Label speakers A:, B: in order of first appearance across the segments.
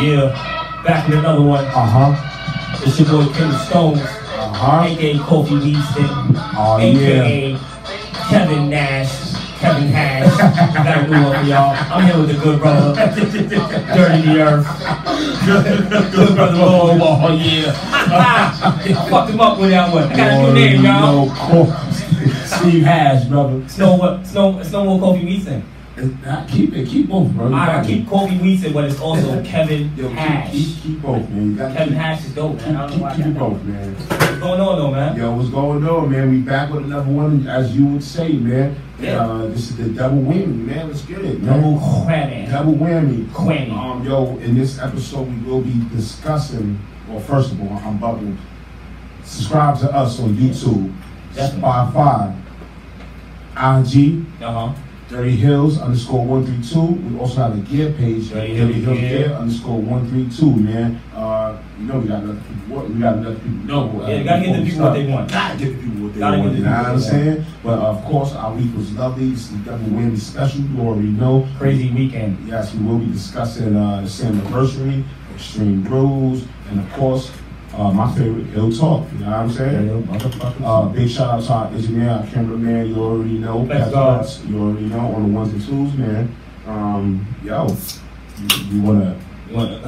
A: Yeah, back with another one.
B: Uh huh.
A: It's your boy King Stones,
B: Uh huh.
A: aka Kofi Beaston,
B: Oh yeah.
A: aka Kevin Nash, Kevin Hash. Got a new one for y'all. I'm here with the good brother, Dirty the Earth, good brother Lord. Oh yeah, I fucked him up with that one. I got a new name, y'all.
B: Oh, No, cool. Steve Hash, brother.
A: It's no, what- it's no, it's no more Kofi Beaston.
B: Nah, Uh, keep it, keep both, brother.
A: I, I keep Kofi Beaston, but it's also Kevin
B: Yo, keep,
A: Hash.
B: Keep, keep both, man. You gotta
A: Kevin
B: keep,
A: Hash is dope, man. I don't know
B: keep,
A: why I
B: keep, keep
A: got
B: both, man.
A: that. What's going on though, man?
B: Yo, what's going on, man? We back with another one, as you would say, man.
A: Yeah.
B: Uh, this is the double whammy, man. Let's get it, man.
A: Double credit.
B: Double whammy.
A: Whammy.
B: Um, yo, in this episode, we will be discussing. Well, first of all, I'm bubbled. Subscribe to us on YouTube,
A: Definitely.
B: Spotify, IG,
A: Uh huh.
B: Dirty Hills underscore one three two. We also have a gear page,
A: Dirty
B: Dirty,
A: Hills
B: Hills
A: Gear.
B: Gear underscore one three two. Man, uh, you know we got let the people work. We got to let the people know. uh,
A: Yeah, you gotta get the people what they want.
B: Gotta get the people what they
A: Gotta get
B: want.
A: the
B: You know
A: people
B: what I'm
A: what they
B: saying? But of course, our week was lovely. It's the double whammy special. You already know.
A: Crazy weekend.
B: Yes, we will be discussing uh, the Slammiversary, Extreme Rules, and of course, uh, my favorite, Hill Talk. You know what I'm saying? Uh,
A: Um,
B: big shout out to our engineer, our cameraman, you already know.
A: Thanks,
B: Pat
A: God.
B: Fox, You already know, on the ones and twos, man. Um, yo, you, you wanna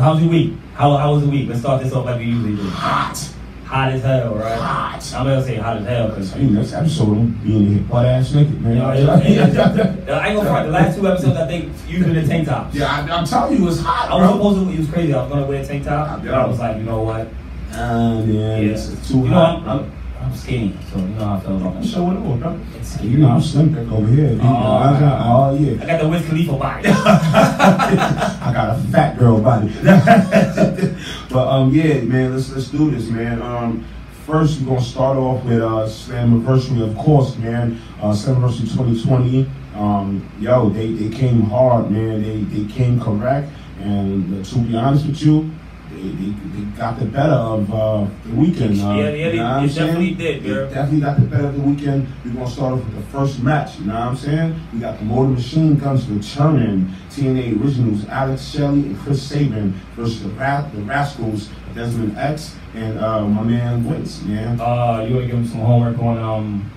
A: How's your week? How, how was the week? Let's start this off like we usually do.
B: hot,
A: Hot as hell, right?
B: hot.
A: I'm gonna say hot as hell because
B: I mean, next episode, I'm being here butt ass naked, man.
A: I ain't gonna front. The last two episodes, I think you've been in tank tops.
B: yeah, I, I'm telling you, it's hot,
A: I was
B: bro.
A: supposed to. It was crazy. I was gonna wear a tank top, but I was like, you know what?
B: Ah, man, it's it's too
A: You know,
B: hot,
A: I'm,
B: bro.
A: I'm, I'm skinny, so you know how I feel about
B: I'm
A: that.
B: showing up, bro.
A: It's-
B: You know, I'm slim thick over here. You know, I got, oh yeah,
A: I got the Wiz Khalifa body.
B: I got a fat girl body. but um, yeah, man, let's let's do this, man. Um, first we're gonna start off with uh, Slammiversary, of course, man. Uh, Slammiversary 2020. Um, yo, they they came hard, man. They they came correct, and uh, to be honest with you. They, they, they got the better of uh, the weekend. Uh,
A: Yeah, yeah, they-
B: you know what I'm
A: they definitely
B: saying?
A: did,
B: They
A: girl.
B: definitely got the better of the weekend. We're gonna start off with the first match, you know what I'm saying? We got the Motor Machine Guns returning. TNA Originals, Alex Shelley and Chris Sabin versus the, Ra- the Rascals, Desmond X and uh, my man Wentz, man.
A: Uh, you wanna give him some homework on um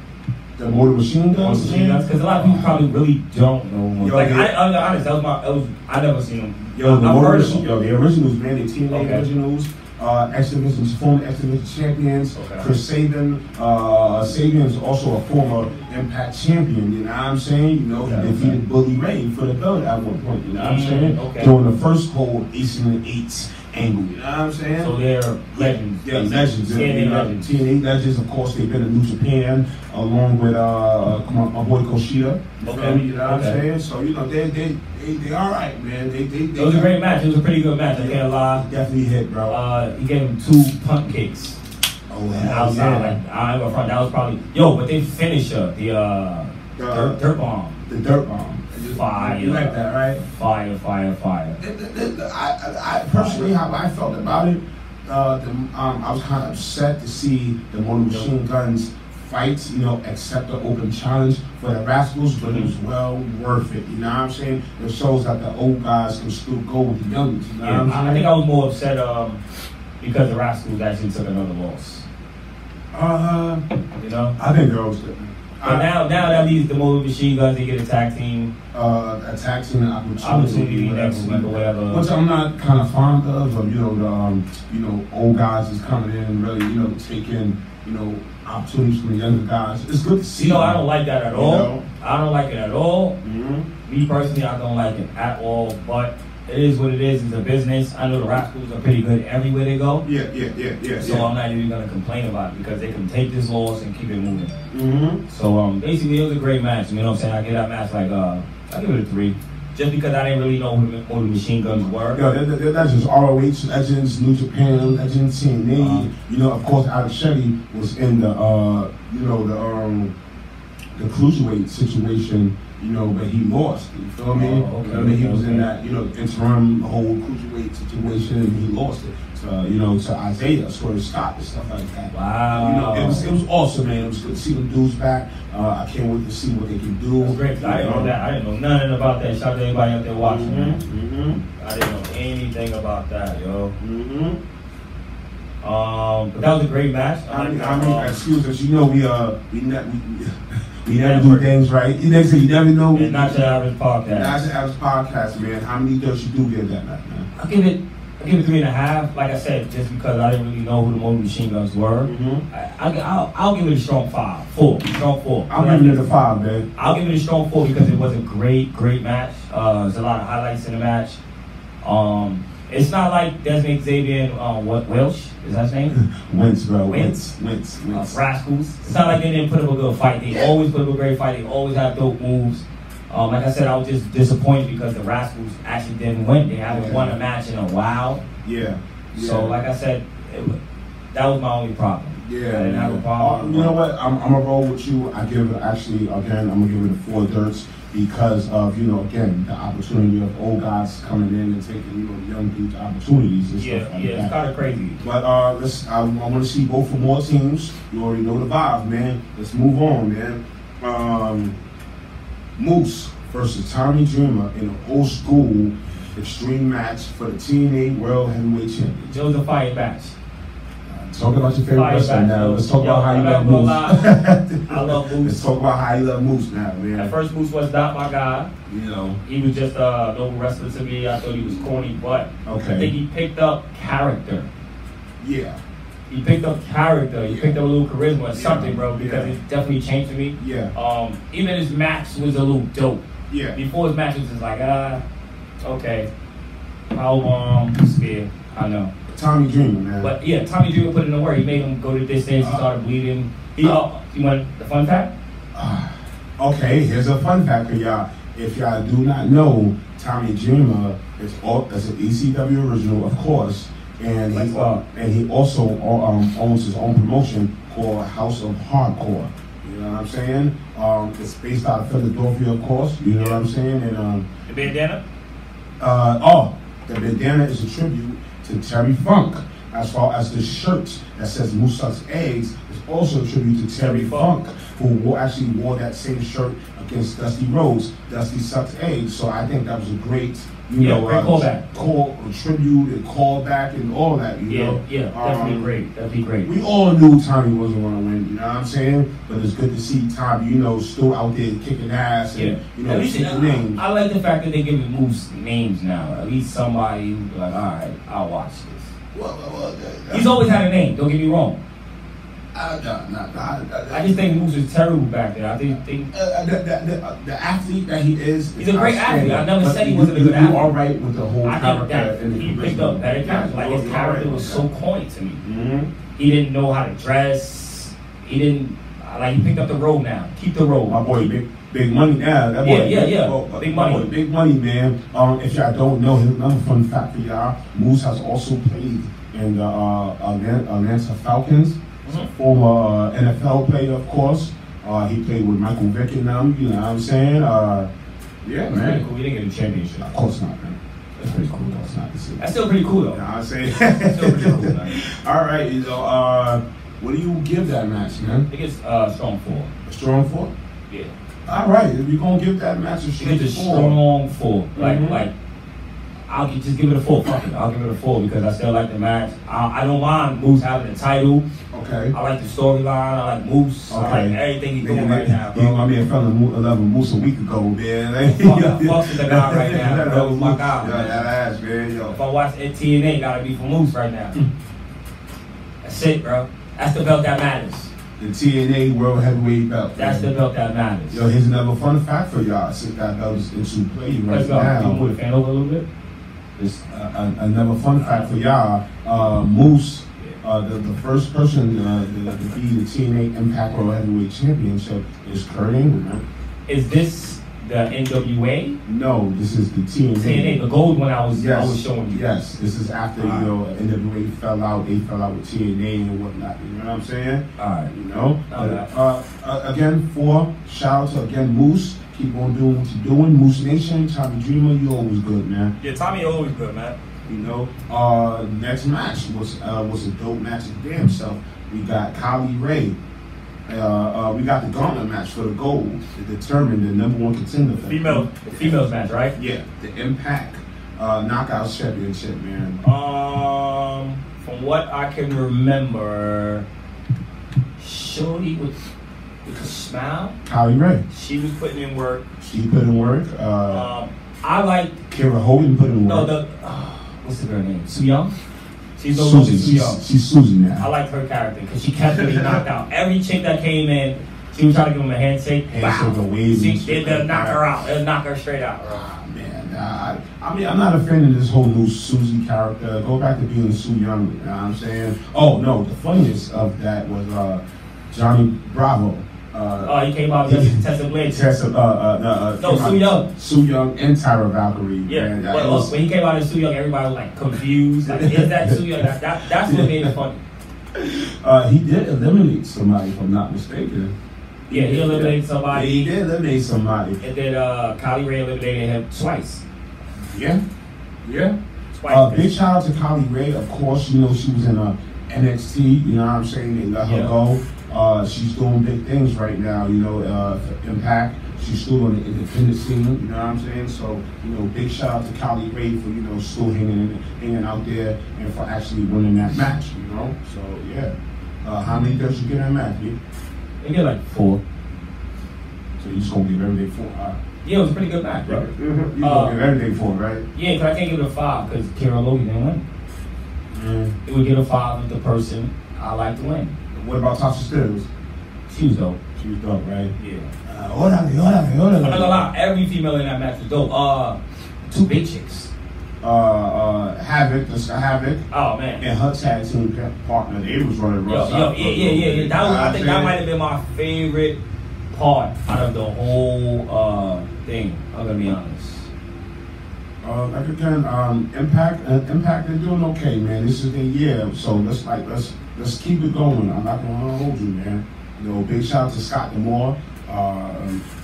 B: The Motor Machine Guns, man.
A: because a lot of people probably really don't know.
B: Yo,
A: like
B: they-
A: I, I'm honest, that was my, that was, I never seen him.
B: Yo, the
A: I've
B: Motor
A: heard of
B: Machine,
A: him.
B: yo, the originals, man, the TNA
A: Okay.
B: originals, uh, X-Division's former X-Division champions,
A: Okay.
B: Chris Sabin, uh, Sabin's also a former Impact champion, you know what I'm saying? You know, he
A: Okay,
B: defeated
A: okay.
B: Bully Ray for the belt at one point, you know what I'm
A: Mm,
B: saying?
A: okay.
B: During the first whole Ace and the Eights angle, you know what I'm saying?
A: So they're legends.
B: Yeah, legends.
A: Yeah,
B: you
A: they're
B: know,
A: legends.
B: TNA legends, of course, they've been in New Japan along with uh, my, my boy Koshida. You
A: Okay,
B: feel me? You know what
A: okay.
B: I'm saying? So, you know, they, they, they, they all right, man. They, they, they
A: It was a great match. It was a pretty good match. I can't lie.
B: Definitely hit, bro.
A: Uh, he gave him two punt kicks
B: oh, hell
A: outside.
B: yeah.
A: Like I ain't gonna front. That was probably yo, but they finished her. The uh,
B: The-
A: dirt, dirt bomb.
B: The dirt bomb.
A: Fire.
B: You like that, right?
A: Fire, fire, fire.
B: The- the- the- the- I, I- I personally, how I felt about it, uh, the, um, I was kind of upset to see the motor machine guns fights, you know, accept the open challenge for the rascals, but it was well worth it. You know what I'm saying? It shows that the old guys can still go with the young. You know
A: Yeah,
B: what
A: I, I
B: I'm
A: think
B: saying?
A: I was more upset um because the Rascals actually took another loss.
B: uh,
A: You know.
B: I think girls. did.
A: But
B: I-
A: Uh, now, now that leaves the Motor Machine Guns. They get a tag team.
B: uh, a tax and an
A: Opportunity
B: opportunity,
A: next week or whatever.
B: Which I'm not kind of fond of, of you know, the, um, you know, old guys is coming in and really, you know, taking, you know, opportunities from the younger guys. It's good to see.
A: You know, I don't like that at
B: You
A: all.
B: know?
A: I don't like it at all.
B: Mhm.
A: Me personally, I don't like it at all. But it is what it is. It's a business. I know the Rascals are pretty good everywhere they go.
B: Yeah, yeah, yeah, yeah.
A: So I'm not even gonna complain about it because they can take this loss and keep it moving.
B: hmm
A: So um, basically, it was a great match. You know what I'm saying? I give that match like uh, I give it a three, just because I didn't really know who the, who the machine guns were.
B: Yo, they're, they're legends, ROH legends, New Japan legends, TNA.
A: Uh-huh.
B: you know, of course, Alex Shetty was in the, uh, you know, the, um, the cruiserweight situation, you know, but he lost. You feel me?
A: Oh, okay,
B: I mean, he was
A: okay.
B: in that, you know, interim whole cruiserweight situation, and he lost it to, you know, to Isaiah, Swerve Scott, and stuff like that.
A: Wow.
B: You know, it was, it was awesome, man. It was good to see them dudes back. Uh, I can't wait to see what they can do.
A: It was great. 'cause I didn't know that. I didn't know nothing about that. Shout out to everybody out there watching, man.
B: Mm-hmm.
A: I didn't know anything about that, yo.
B: Mm-hmm.
A: Um, but that was a great match.
B: I mean, I
A: Um,
B: mean, excuse us. You know, we uh, we ne- we, we never do
A: Network.
B: things right. You never, you never know.
A: and not your average podcast.
B: That's an average podcast, man. How many does you do get that night, man?
A: I give it, I give it three and a half. Like I said, just because I didn't really know who the Motor Machine Guns were,
B: Mm-hmm.
A: I, I, I'll, I'll give it a strong five, four, strong four.
B: I'm giving it a five, man.
A: I'll give it a strong four because it was a great, great match. Uh, there's a lot of highlights in the match. Um, it's not like Desmond Xavier and um, what Welsh is that his name?
B: Wentz, bro.
A: Wentz?
B: Wentz,
A: Uh,
B: Wentz.
A: rascals. It's not like they didn't put up a good fight. They always put up a great fight. They always have dope moves. Um, like I said, I was just disappointed because the Rascals actually didn't win. They haven't won a match in a while.
B: Yeah.
A: So, like I said, it, wa- that was my only problem. I
B: Yeah,
A: didn't have a
B: yeah.
A: problem.
B: Uh, you know what? I'm, I'm gonna roll with you. I give it actually again. I'm gonna give it a four dirts because of you know again the opportunity of old guys coming in and taking you know young dudes opportunities and stuff
A: Yeah,
B: like
A: yeah, it's
B: that.
A: kind of crazy.
B: But uh, let's. I, I want to see both from all teams. You already know the vibe, man. Let's move on, man. Um, Moose versus Tommy Dreamer in an old school extreme match for the TNA World Heavyweight Championship.
A: It was a fire match.
B: Talk about your favorite
A: Fire
B: wrestler
A: back,
B: now.
A: yo.
B: Let's talk
A: Yo,
B: about how you
A: I'm
B: love
A: not
B: Moose.
A: I love
B: Let's
A: Moose.
B: talk about how you love Moose now,
A: At
B: man.
A: first, Moose was not my guy.
B: You know,
A: He was just a noble wrestler to me. I thought he was corny, but I think
B: okay,
A: he picked up character.
B: yeah,
A: He picked up character. He picked up a little charisma or something, bro, because
B: Yeah.
A: it definitely changed for me.
B: yeah,
A: Um, even his match was a little dope.
B: yeah,
A: Before his match, it was just like, ah, okay. Powerbomb, spear. I know.
B: Tommy Dreamer, man.
A: But yeah, Tommy Dreamer put in the work. He made him go to distance. He started bleeding. He, oh, you want the fun fact?
B: Okay, here's a fun fact for y'all. If y'all do not know, Tommy Dreamer is all is an ECW original, of course, and
A: Like
B: he uh,
A: so.
B: and he also um, owns his own promotion called House of Hardcore. You know what I'm saying? Um, it's based out of Philadelphia, of course. You know what I'm saying? And um,
A: The bandana?
B: uh, oh, the bandana is a tribute to Terry Funk. As far as the shirt that says Moose Sucks Eggs is also a tribute to Terry
A: Terry Funk.
B: Funk, who wore, actually wore that same shirt against Dusty Rhodes. Dusty sucks eggs, so I think that was a great, you
A: Yeah,
B: know,
A: great
B: uh,
A: callback.
B: call tribute and callback and all that. You
A: Yeah,
B: know,
A: yeah, definitely
B: Um,
A: great. Definitely great.
B: we all knew Tommy wasn't going to win, you know what I'm saying? But it's good to see Tommy, you know, still out there kicking ass and,
A: Yeah,
B: you know,
A: At least,
B: kicking in.
A: I, I like the fact that they give me moves names now. At least somebody who'd be like, all right, I'll watch this.
B: Well, well, well, that-
A: He's always had a name. Don't get me wrong.
B: I, nah, nah, nah, I- I-
A: I just think moves is terrible back there. I think, think
B: uh, uh, the, the, the, uh, the athlete that he is.
A: He's a great athlete.
B: outstanding.
A: I never
B: But
A: said he
B: you-
A: wasn't a
B: you-
A: good athlete.
B: You all right with the whole
A: I think
B: character
A: that
B: and the
A: he picked up better character. Like his character was so corny to me.
B: Mm-hmm.
A: He didn't know how to dress. He didn't like he picked up the role now. Keep the role.
B: Oh, My boy, big, big money. Yeah, that boy.
A: Yeah, yeah, yeah.
B: uh,
A: Big
B: my
A: Money.
B: boy, big money, man. Um, if y'all don't know, here's another fun fact for y'all. Moose has also played in the uh, Atlanta, Atlanta Falcons.
A: Mhm.
B: Former uh, NFL player, of course. Uh, he played with Michael Vick and them. You know what I'm saying? Uh, yeah,
A: That's pretty
B: man.
A: cool. We didn't get a championship.
B: Of course not, man. That's pretty cool. That's not the same.
A: That's still pretty cool though.
B: You know what I'm saying?
A: That's still pretty cool. Like,
B: All right, you know, uh, what do you give that match, man?
A: I think it's uh, strong four.
B: A strong four?
A: Yeah,
B: All right, if you're going to give that match a
A: I
B: strong
A: think
B: four.
A: it's a strong four. Like
B: Mhm.
A: like I'll gi- just give it a four. Fuck it, I'll give it a four because I still like the match. I, I don't mind Moose having the title.
B: Okay.
A: I like the storyline. I like Moose. I like
B: Okay.
A: everything he's
B: Nigga,
A: doing right now,
B: You know,
A: bro.
B: my man fell in mo- uh, love with Moose a week ago, man.
A: Fuck- fuck with the guy right now,
B: That
A: bro.
B: was
A: My
B: Moose.
A: God,
B: Yo,
A: man.
B: that ass, man. Yo.
A: If I watch it, TNA, gotta be for Moose right now. That's it, bro. That's the belt that matters.
B: The TNA World Heavyweight Belt.
A: That's the
B: man.
A: belt that matters.
B: Yo, here's another fun fact for y'all. Since that belt is into play right
A: Let's go.
B: now.
A: Can you move the fan over a little bit?
B: Just uh, uh, another fun fact for y'all. Uh, Moose, uh, the, the first person uh, to to be the TNA Impact World Heavyweight Championship is Kurt Angle. man.
A: Is this the NWA,
B: No, this is the TNA.
A: TNA, the gold one I was I was
B: Yes,
A: showing you.
B: yes. This is after you know NWA fell out. They fell out with TNA and whatnot. You know what I'm saying?
A: All right.
B: You know.
A: Okay.
B: But, Uh, uh, again, four. Shout out to again Moose. Keep on doing what you're doing. Moose Nation, Tommy Dreamer, you always good, man.
C: Yeah, Tommy always good, man.
B: You know, uh, next match was uh, was a dope match of damn self. We got Kylie Ray. Uh, uh, we got the gauntlet match for the gold to determine the number one contender. For the-
C: Female.
A: The females match, right?
B: Yeah, the Impact uh, Knockout Championship, man.
A: Um, from what I can remember, Shorty was with a smile.
B: Kylie Ray.
C: She was putting in work.
B: She put in work. Uh,
A: Um, I like
B: Kara Hogan put in
A: no
B: work.
A: the uh, what's the girl name? Soo Young. She's over
B: Susan.
A: with Soo Young.
B: She's, she's Susan
A: I
B: now.
A: liked her character because she kept getting knocked out. Every chick that came in, she was trying to give them a handshake.
B: Handshake
A: wow.
B: and wave
A: She,
B: and shit
A: they, they'll
B: like
A: knock
B: that.
A: her out. They'll knock her straight out. bro.
B: Ah, Man, I, I mean, I'm not a fan of this whole new Susie character. Go back to being Sue Young. You know what I'm saying? Oh no, the funniest of that was uh, Johnny Bravo.
A: Oh,
B: Uh,
A: he came out just testing blades.
B: Tessa, uh, uh, uh,
A: No, Sue Young.
B: Sue Young and Tyra Valkyrie.
A: Yeah, uh,
B: man, that
A: but
B: was-
A: look, when he came out as Soo Young, everybody was like confused. Like, is that Soo Young? That, that, that's what made it funny.
B: Uh, he did eliminate somebody, if I'm not mistaken.
A: Yeah, he eliminated
B: Yeah, he
A: somebody,
B: did eliminate somebody.
A: and then uh, Kylie Ray eliminated him twice.
B: Yeah, yeah.
A: Twice.
B: Uh, big shout out to Kylie Ray. Of course, you know she was in uh, a NXT. You know what I'm saying? They let her
A: Yeah.
B: go. Uh, she's doing big things right now. You know, uh, for Impact. She's still on the independent scene. You know what I'm saying? So, you know, big shout out to Kylie Ray for you know still hanging in, hanging out there and for actually winning that match. You know, so yeah. Uh, how many does you get in that match? dude?
A: They did like four.
B: So you just gonna give everything for her.
A: Yeah, it was a pretty good match, bro.
B: You gonna give everything for it, right?
A: Yeah, because I can't give it a five because Kira Logan didn't win. It would get a five if the person I like to win.
B: What about Tasha Steelers?
A: She was dope.
B: She was dope, right?
A: Yeah.
B: Uh, órale, órale, órale.
A: I'm not gonna lie, every female in that match was dope. Uh, two big chicks.
B: Uh, uh, Havoc, the Sky Havoc,
A: Oh man.
B: and her tag team pa- partner, they was running
A: Yo,
B: rough.
A: yo, yeah, yeah, yeah, yeah. That was, I think that might have been my favorite part out of the whole uh, thing. I'm gonna be honest.
B: Uh, like again, um, Impact, uh, Impact, they're doing okay, man. This is their year, so let's like let's let's keep it going. I'm not gonna hold you, man. You know, big shout out to Scott Demore, uh,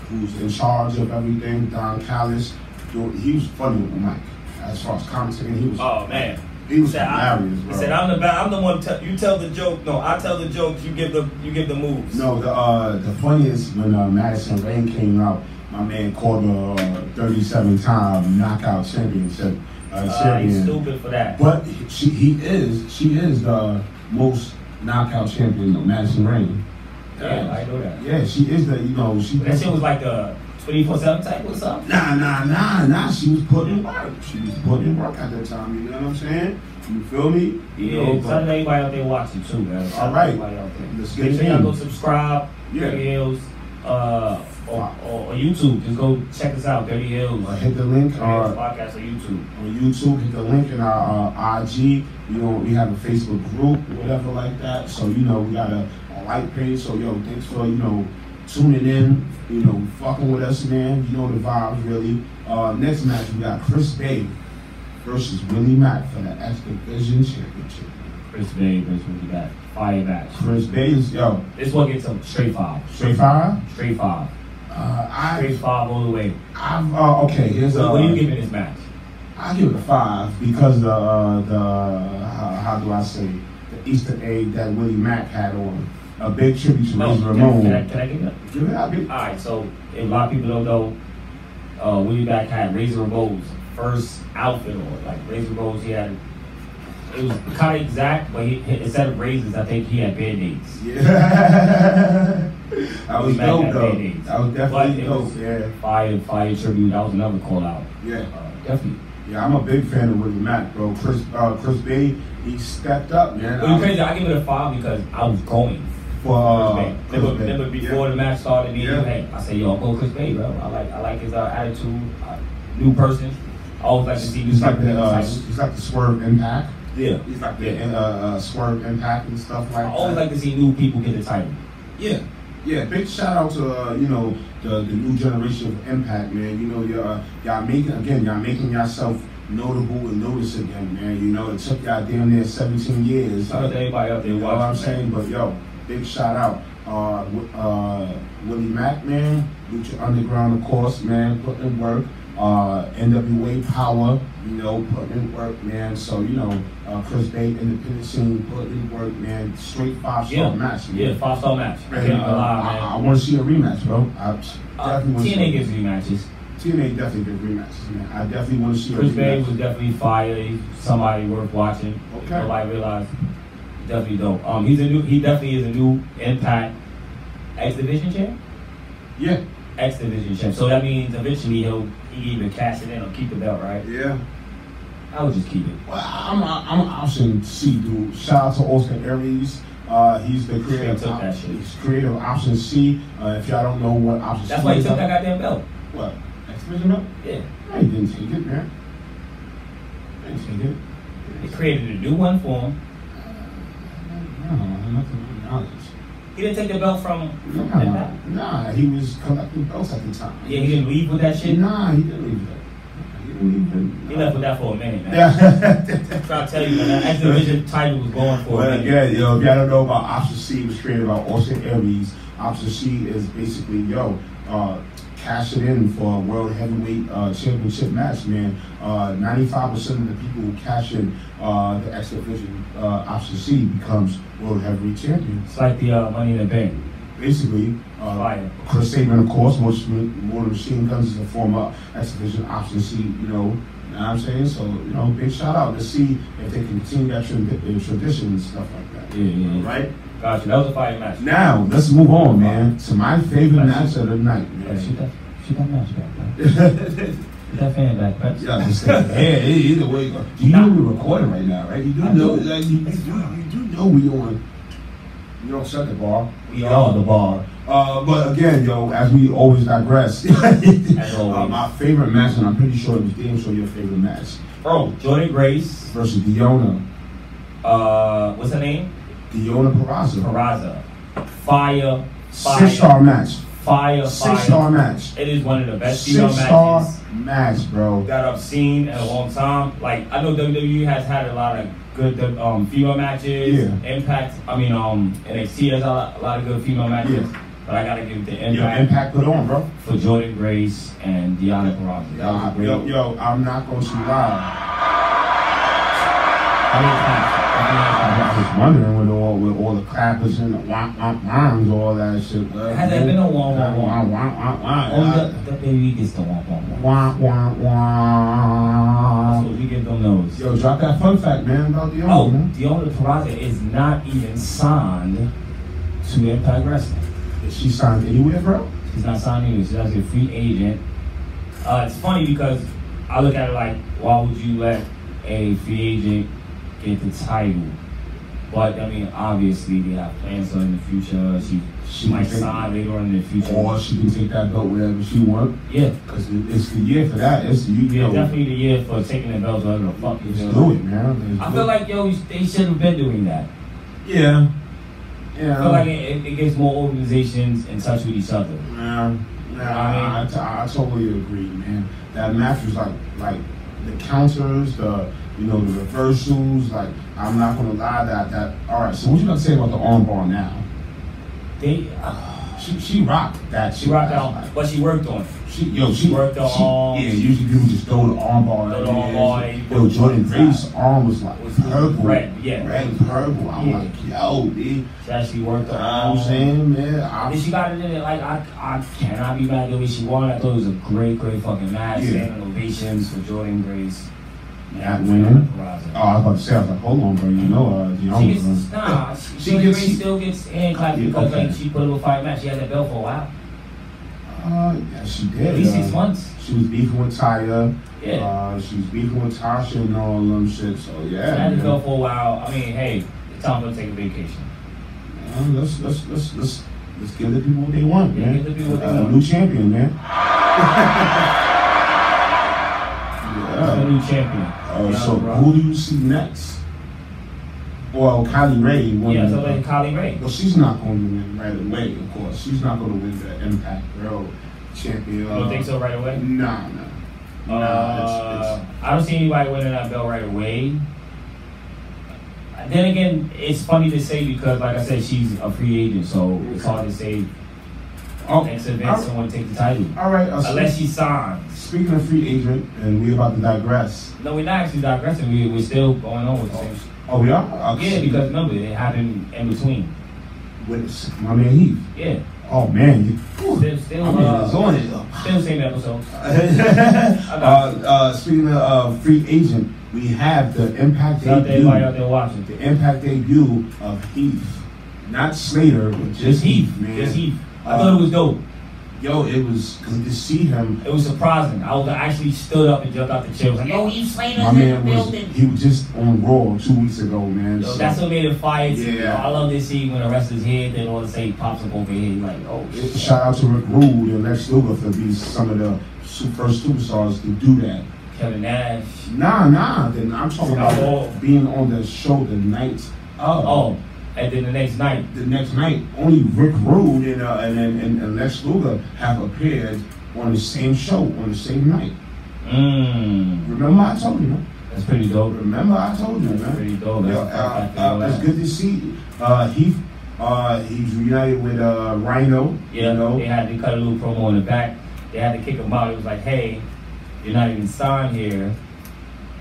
B: who's in charge of everything. Don Callis, Yo, he was funny with the mic. As far as commentating, he was
C: Oh man.
B: he was
C: said, I-
B: hilarious, bro.
C: He said, "I'm the ba- I'm the one. T- you tell the joke. No, I tell the jokes. You give the you give the moves.
B: No, the uh, the funniest when uh, Madison Rain came out, my man called the uh, 37 time knockout championship uh,
A: Uh, he's
B: champion.
A: stupid for that.
B: but she he is she is the most knockout champion of Madison Rain.
A: Yeah, I know that.
B: Yeah, she is the you know she.
A: That shit was like a 24 7 type or something.
B: Nah, nah, nah, nah. She was putting in work. She was putting in work at that time. You know what I'm saying? You feel me? You
A: Yeah,
B: know,
A: no,
B: but-
A: anybody out there watching too, man. Shout out
B: All right.
A: to everybody out there.
B: Let's get
A: Make sure
B: it
A: y'all
B: in.
A: go subscribe.
B: Yeah.
A: Dirty Hills, uh, or, or, or YouTube. Just go check us out. Dirty Hills.
B: Uh, hit the link.
A: Dirty
B: Uh,
A: Hills podcast on YouTube.
B: on YouTube. Hit the link in our uh, IG. You know, we have a Facebook group, whatever like that. So you know, we got a, a like page. So yo, thanks for you know tuning in. You know, fucking with us, man. You know the vibes, really. Uh, next match we got Chris Bay versus Willie Mack for the X Division Championship.
A: Chris Bay versus what we got. Fire match.
B: Chris Bay is yo
A: This one gets a straight five.
B: straight fire.
A: Straight five.
B: Uh, I
A: Straight five all the way.
B: I've uh, okay. Here's
A: So
B: uh,
A: what are you giving this match?
B: I give it a five because the uh, the how, how do I say the Easter egg that Willie Mack had on a big tribute to Razor
A: can, I-
B: Ramon.
A: can I, can I give it?
B: give it out, big.
A: All right. So if a lot of people don't know, uh, Willie Back had Razor Ramon's first outfit on. Like Razor Ramon's, he had. It was kind of exact, but he, he- instead of razors, I think he had band aids.
B: Yeah. that
A: Willie
B: was
A: Mack
B: dope
A: had
B: though.
A: band-aids.
B: That was
A: But
B: definitely
A: it
B: dope.
A: was-
B: Yeah,
A: Fire, fire tribute. That was another call out.
B: yeah,
A: Uh, definitely.
B: yeah. I'm a big fan of Willie Mack, bro. Chris uh, Chris Bay, he stepped up, man.
A: But it's crazy. I give it a five because I was going.
B: for uh,
A: Chris Bay.
B: Chris
A: Remember,
B: Bay.
A: remember before the match started, me and
B: Yeah.
A: you, hey, I said, yo, I'm going Chris Bay, bro. I like, I like his uh, attitude. I, new person. I always like to see
B: Yeah.
A: new
B: He's like
A: type of
B: the uh,
A: people.
B: he's like the swerve impact.
A: Yeah.
B: He's like the
A: Yeah.
B: uh, uh, swerve impact and stuff like
A: I
B: that.
A: always like to see new people get the title.
B: Yeah, yeah. Big shout out to uh, you know the, the new generation of impact, man. You know, y'all, y'all making again, y'all making yourself notable and notice again, man. You know, it took y'all damn near 17 years.
D: Shout out to everybody out there
B: You know what I'm
D: watching. man.
B: saying? But yo, big shout out. Uh, Wi- uh, Willie Mack, man, Lucha Underground, of course, man, putting in work. Uh, NWA Power, you know, putting in work, man. So, you know, uh, Chris Bay, Independent Scene, putting in work, man. Straight five star
A: Yeah.
B: match, man.
A: Yeah, five star match. I
B: And,
A: can't
B: uh, I,
A: lie, man.
B: want to see a rematch, bro. I
A: Uh,
B: definitely want to
A: TNA gives me matches.
B: TNA definitely did rematches, man. I definitely want to see
A: Chris
B: a
A: Bay
B: rematch.
A: was definitely fire. He's somebody worth watching.
B: Okay.
A: Nobody realized. Definitely dope. Um, he's a new. He definitely is a new Impact X Division champ.
B: yeah,
A: X Division champ. So that means eventually he'll he either cash it in or keep the belt, right?
B: yeah.
A: I would just keep it.
B: Well, I'm I'm an option C dude. Shout out to Oscar Aries. Uh, he's the creator.
A: He took
B: of,
A: that shit.
B: He's creator of option C. Uh, if y'all don't know what option
A: That's
B: C
A: why he
B: is,
A: took that goddamn belt.
B: what X-Division up?
A: Yeah.
B: I didn't take it, man. I didn't take it.
A: They created a new one for him.
B: No, nothing to my knowledge.
A: He didn't take the belt from from
B: Nah,
A: Impact.
B: nah, he was collecting belts at the time.
A: Yeah, he didn't leave with that shit.
B: Nah, he didn't leave it. He didn't leave it.
A: He left with that for a minute, man.
B: Yeah.
A: I'm trying to tell you, man. That X Division title was going for a
B: Well,
A: minute.
B: again, you know, if y'all don't know about Option C, it was created by Austin Aries. Option C is basically, yo, uh, cash it in for a World Heavyweight uh, Championship match, man. Uh, 95% of the people who cash in uh, the X Division uh, Option C becomes World Heavyweight Champion.
A: It's like the uh, Money in the Bank.
B: Basically, uh,
A: Fire.
B: Chris Saban, of course, most Mortar Machine Guns is a former exhibition option C, you know. You know what I'm saying? So, you know, big shout out to see if they can continue that tra- uh, tradition and stuff like that.
A: Yeah, yeah, yeah.
B: Right?
A: Gotcha. That was a fire match.
B: Now, let's move on, man, to my favorite match of the night,
A: Yeah, shoot
B: man.
A: that, shoot that match back, man.
B: yeah,
A: Shoot that fan back, man.
B: just like, hey, e- either way, you know we're recording right now, right? You do
A: I
B: know,
A: do.
B: like, you, you do, you do know we on. You don't shut the bar.
A: We are the
B: bar. Uh, but again, yo, as we always digress,
A: As
B: Uh,
A: always.
B: my favorite match, and I'm pretty sure it was damn sure your favorite match,
A: Bro, Jordan Grace,
B: versus Diona,
A: uh, what's her name?
B: Diona Peraza.
A: Peraza. Fire, fire,
B: Six star match.
A: fire, fire.
B: Six star match.
A: It is one of the best female
B: Six star
A: matches
B: match, bro.
A: that I've seen in a long time. Like, I know WWE has had a lot of good um, female matches.
B: Yeah.
A: Impact, I mean, um, NXT has a lot, a lot of good female matches. But I gotta give it to
B: Your
A: Impact
B: impact put on, bro.
A: for Jordan Grace and Deanna Peraza. That was a
B: Yo,
A: great.
B: yo, yo, I'm not going to lie.
A: I mean, I mean, I mean,
B: I was wondering with all with all the clappers and the womp womp womps, all that shit. bro.
A: Has there been a womp, womp, womp?
B: Womp, womp, womp, womp.
A: Only the, the baby gets the womp womp womp.
B: Womp, womp, womp.
A: So we give them those.
B: Yo, drop that fun fact, man, about the
A: Oh,
B: man.
A: Deonna Peraza is not even signed to Impact Wrestling.
B: Is she signed anywhere, bro?
A: She's not signed anywhere. She's actually a free agent. Uh, it's funny because I look at it like, why would you let a free agent get the title? But I mean, obviously they have plans so in the future. She she might sign later on in the future.
B: Or she can take that belt wherever she wants.
A: yeah,
B: Because it's the year for that. It's you,
A: yeah,
B: yo,
A: definitely the year for taking the belts whatever the fuck you
B: Let's
A: do.
B: do it, man. Let's
A: I
B: do
A: feel
B: it.
A: like yo, they should have been doing that.
B: Yeah.
A: I feel like
B: Yeah.
A: it, it gets more organizations in touch with each other.
B: Yeah. Yeah, I, I, I totally agree, man. That match was like, like the counters, the you know the reversals. Like I'm not gonna lie, that that. All right, so what you gonna say about the armbar now?
A: They
B: She she rocked that.
A: she rocked out, but she worked on it.
B: She, yo, she
A: Worked the
B: she-
A: arms.
B: Yeah, usually people just throw the arm ball.
A: Throw
B: at
A: the
B: her
A: arm
B: head.
A: ball and you-
B: Yo, Jordan Grace's arm was like
A: Was
B: purple.
A: red, yeah.
B: Red and purple. I'm
A: Yeah.
B: like, yo, dude.
A: She actually worked on.
B: I'm saying, man.
A: And
B: I,
A: she got it in it like I I cannot be mad at the way she won. I thought it was a great great fucking match.
B: Yeah.
A: Standing ovations for Jordan Grace.
B: That
A: and
B: winner?
A: Peraza.
B: oh, I was about to say, I was like, hold on, bro. You know, uh, the
A: She
B: arm
A: gets
B: was
A: nah. She,
B: She
A: Jordan
B: gets-
A: Grace still gets hand clapped
B: Yeah,
A: because
B: okay.
A: like she put up a fight match. She had that belt for a while,
B: Uh, yeah, she did.
A: at least
B: uh,
A: six months.
B: She was beefing with Taya.
A: Yeah.
B: Uh, she was beefing with Tasha and all them shit. So
A: I
B: Oh, yeah.
A: had to
B: man.
A: go for a while. I mean, hey, it's time for her to take a vacation.
B: Uh, let's let's let's let's let's give the people what they want,
A: Yeah,
B: man.
A: give the people what they
B: Uh,
A: want.
B: New champion, man.
A: She's a
B: yeah.
A: new champion.
B: Uh,
A: Deanna
B: so
A: Peraza.
B: who do you see next? Well, Kylie Ray. won
A: Yeah,
B: the-
A: so like Kylie Ray.
B: well, she's not going to win right away. Of course, she's not going to win the Impact World champion.
A: You don't think so right away?
B: Nah, nah. Nah,
A: Uh,
B: it's-
A: I don't see anybody winning that belt right away. Then again, it's funny to say because, like I said, she's a free agent, so it's hard to say
B: Oh,
A: next event
B: all-
A: someone take the title
B: all right. Uh,
A: unless she signs.
B: speaking of free agent, and we about to digress.
A: No, we're not actually digressing. We, we're still going on with the same shit.
B: Oh, we are.
A: Yeah, because remember, it happened in between.
B: witness, my man Heath.
A: Yeah,
B: Oh man, you. Whew,
A: still, still,
B: I'm
A: uh,
B: just on it. though.
A: still same episode.
B: uh, uh, speaking of uh, free agent, we have the impact
A: Shout out to everybody out
B: debut.
A: there watching.
B: The impact debut of Heath, not Slater, but
A: Just
B: just
A: Heath,
B: Heath, man.
A: just Heath. I
B: Uh,
A: thought it was dope.
B: Yo, it was good to see him.
A: It was surprising. I was I actually stood up and jumped out the chair. I was like, yo, he
B: My
A: Slater's in the
B: man was
A: building.
B: he was just on Raw two weeks ago, man.
A: Yo,
B: so-
A: that's what made it fire. to me.
B: Yeah.
A: I love to see when a wrestler's here, they want to say pops up over here. Like, oh, shit.
B: Shout out to Rick Rude and Lex Luger for being some of the su- first superstars to do that.
A: Kevin Nash.
B: Nah, nah. Then I'm talking
A: Scott
B: about
A: Hall.
B: being on the show the night of.
A: Oh, and then the next night,
B: The next night, only Rick Rude and, uh, and, and, and Lex Luger have appeared on the same show on the same night.
A: mmm,
B: Remember I told you, man.
A: that's pretty dope.
B: Remember I told you,
A: That's
B: man.
A: pretty dope.
B: Yeah,
A: Oh, That's,
B: uh,
A: that's-
B: uh,
A: that's-
B: it's good to see uh, Heath. Uh, he's reunited with uh, Rhino.
A: Yeah,
B: You know,
A: they had to cut a little promo in the back. They had to kick him out. It was like, hey, you're not even signed here.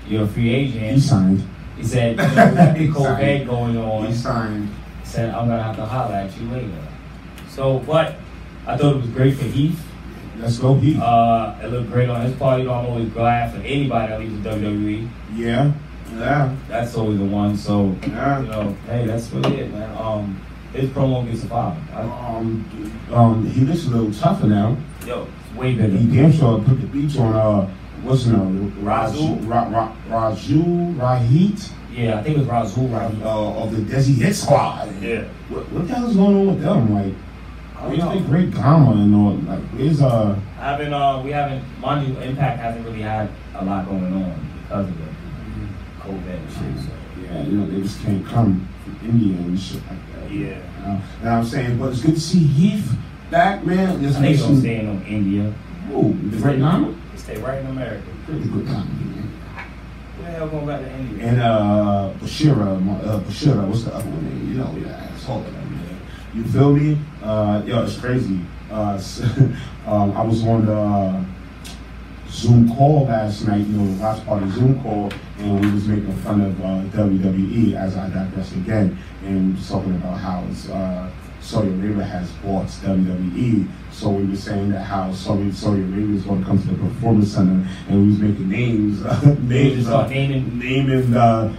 A: You're a free
B: he
A: agent.
B: signed.
A: He said, you know, we got the cold
B: Sorry.
A: bag going on.
B: He signed.
A: said, I'm gonna have to holler at you later. So, but I thought it was great for Heath.
B: Let's go, Heath.
A: Uh, it looked great on his part. You know, I'm always glad for anybody that leaves the WWE.
B: yeah, yeah,
A: That's always the one. So,
B: yeah.
A: you know, hey, that's really it, man. Um, his promo gets a five. I,
B: Um, um, he looks a little tougher now.
A: yo, it's way
B: He
A: better.
B: damn sure put the beats on, uh, what's his name?
A: Razul?
B: Ra- Ra- Raju Rahit
A: Yeah, I think it was Razul right?
B: uh, of the Desi Hit Squad.
A: Yeah.
B: What, what the hell's going on with them? Like,
A: I don't
B: where's
A: know.
B: the great drama and all? Like, where's, uh,
A: haven't uh we haven't mind you impact hasn't really had a lot going on because of the COVID and shit. So
B: yeah, you know, they just can't come from India and shit like
A: Yeah.
B: that. You know, you know what I'm saying? But it's good to see Heath back, man.
A: I
B: Let's
A: think
B: make
A: it's gonna
B: some.
A: stay in um, India.
B: Ooh, the great drama?
A: They stay right in America.
B: Pretty good drama, man.
A: Where the hell going back to India?
B: And uh, Bashira, my- uh, Bashira, what's the other one? name? You know, yeah, it's all of them. man. You feel me? Uh, yo, it's crazy. Uh, s- um, I was on the uh, Zoom call last night. You know, the last part of Zoom call, and we was making fun of uh, WWE as I digress again, and we was talking about how it's. Uh, Saudi Arabia has bought WWE, so we were saying that how Saudi, Saudi Arabia is going to come to the Performance Center, and we was making names,
A: They
B: names,
A: just
B: uh,
A: start naming
B: naming the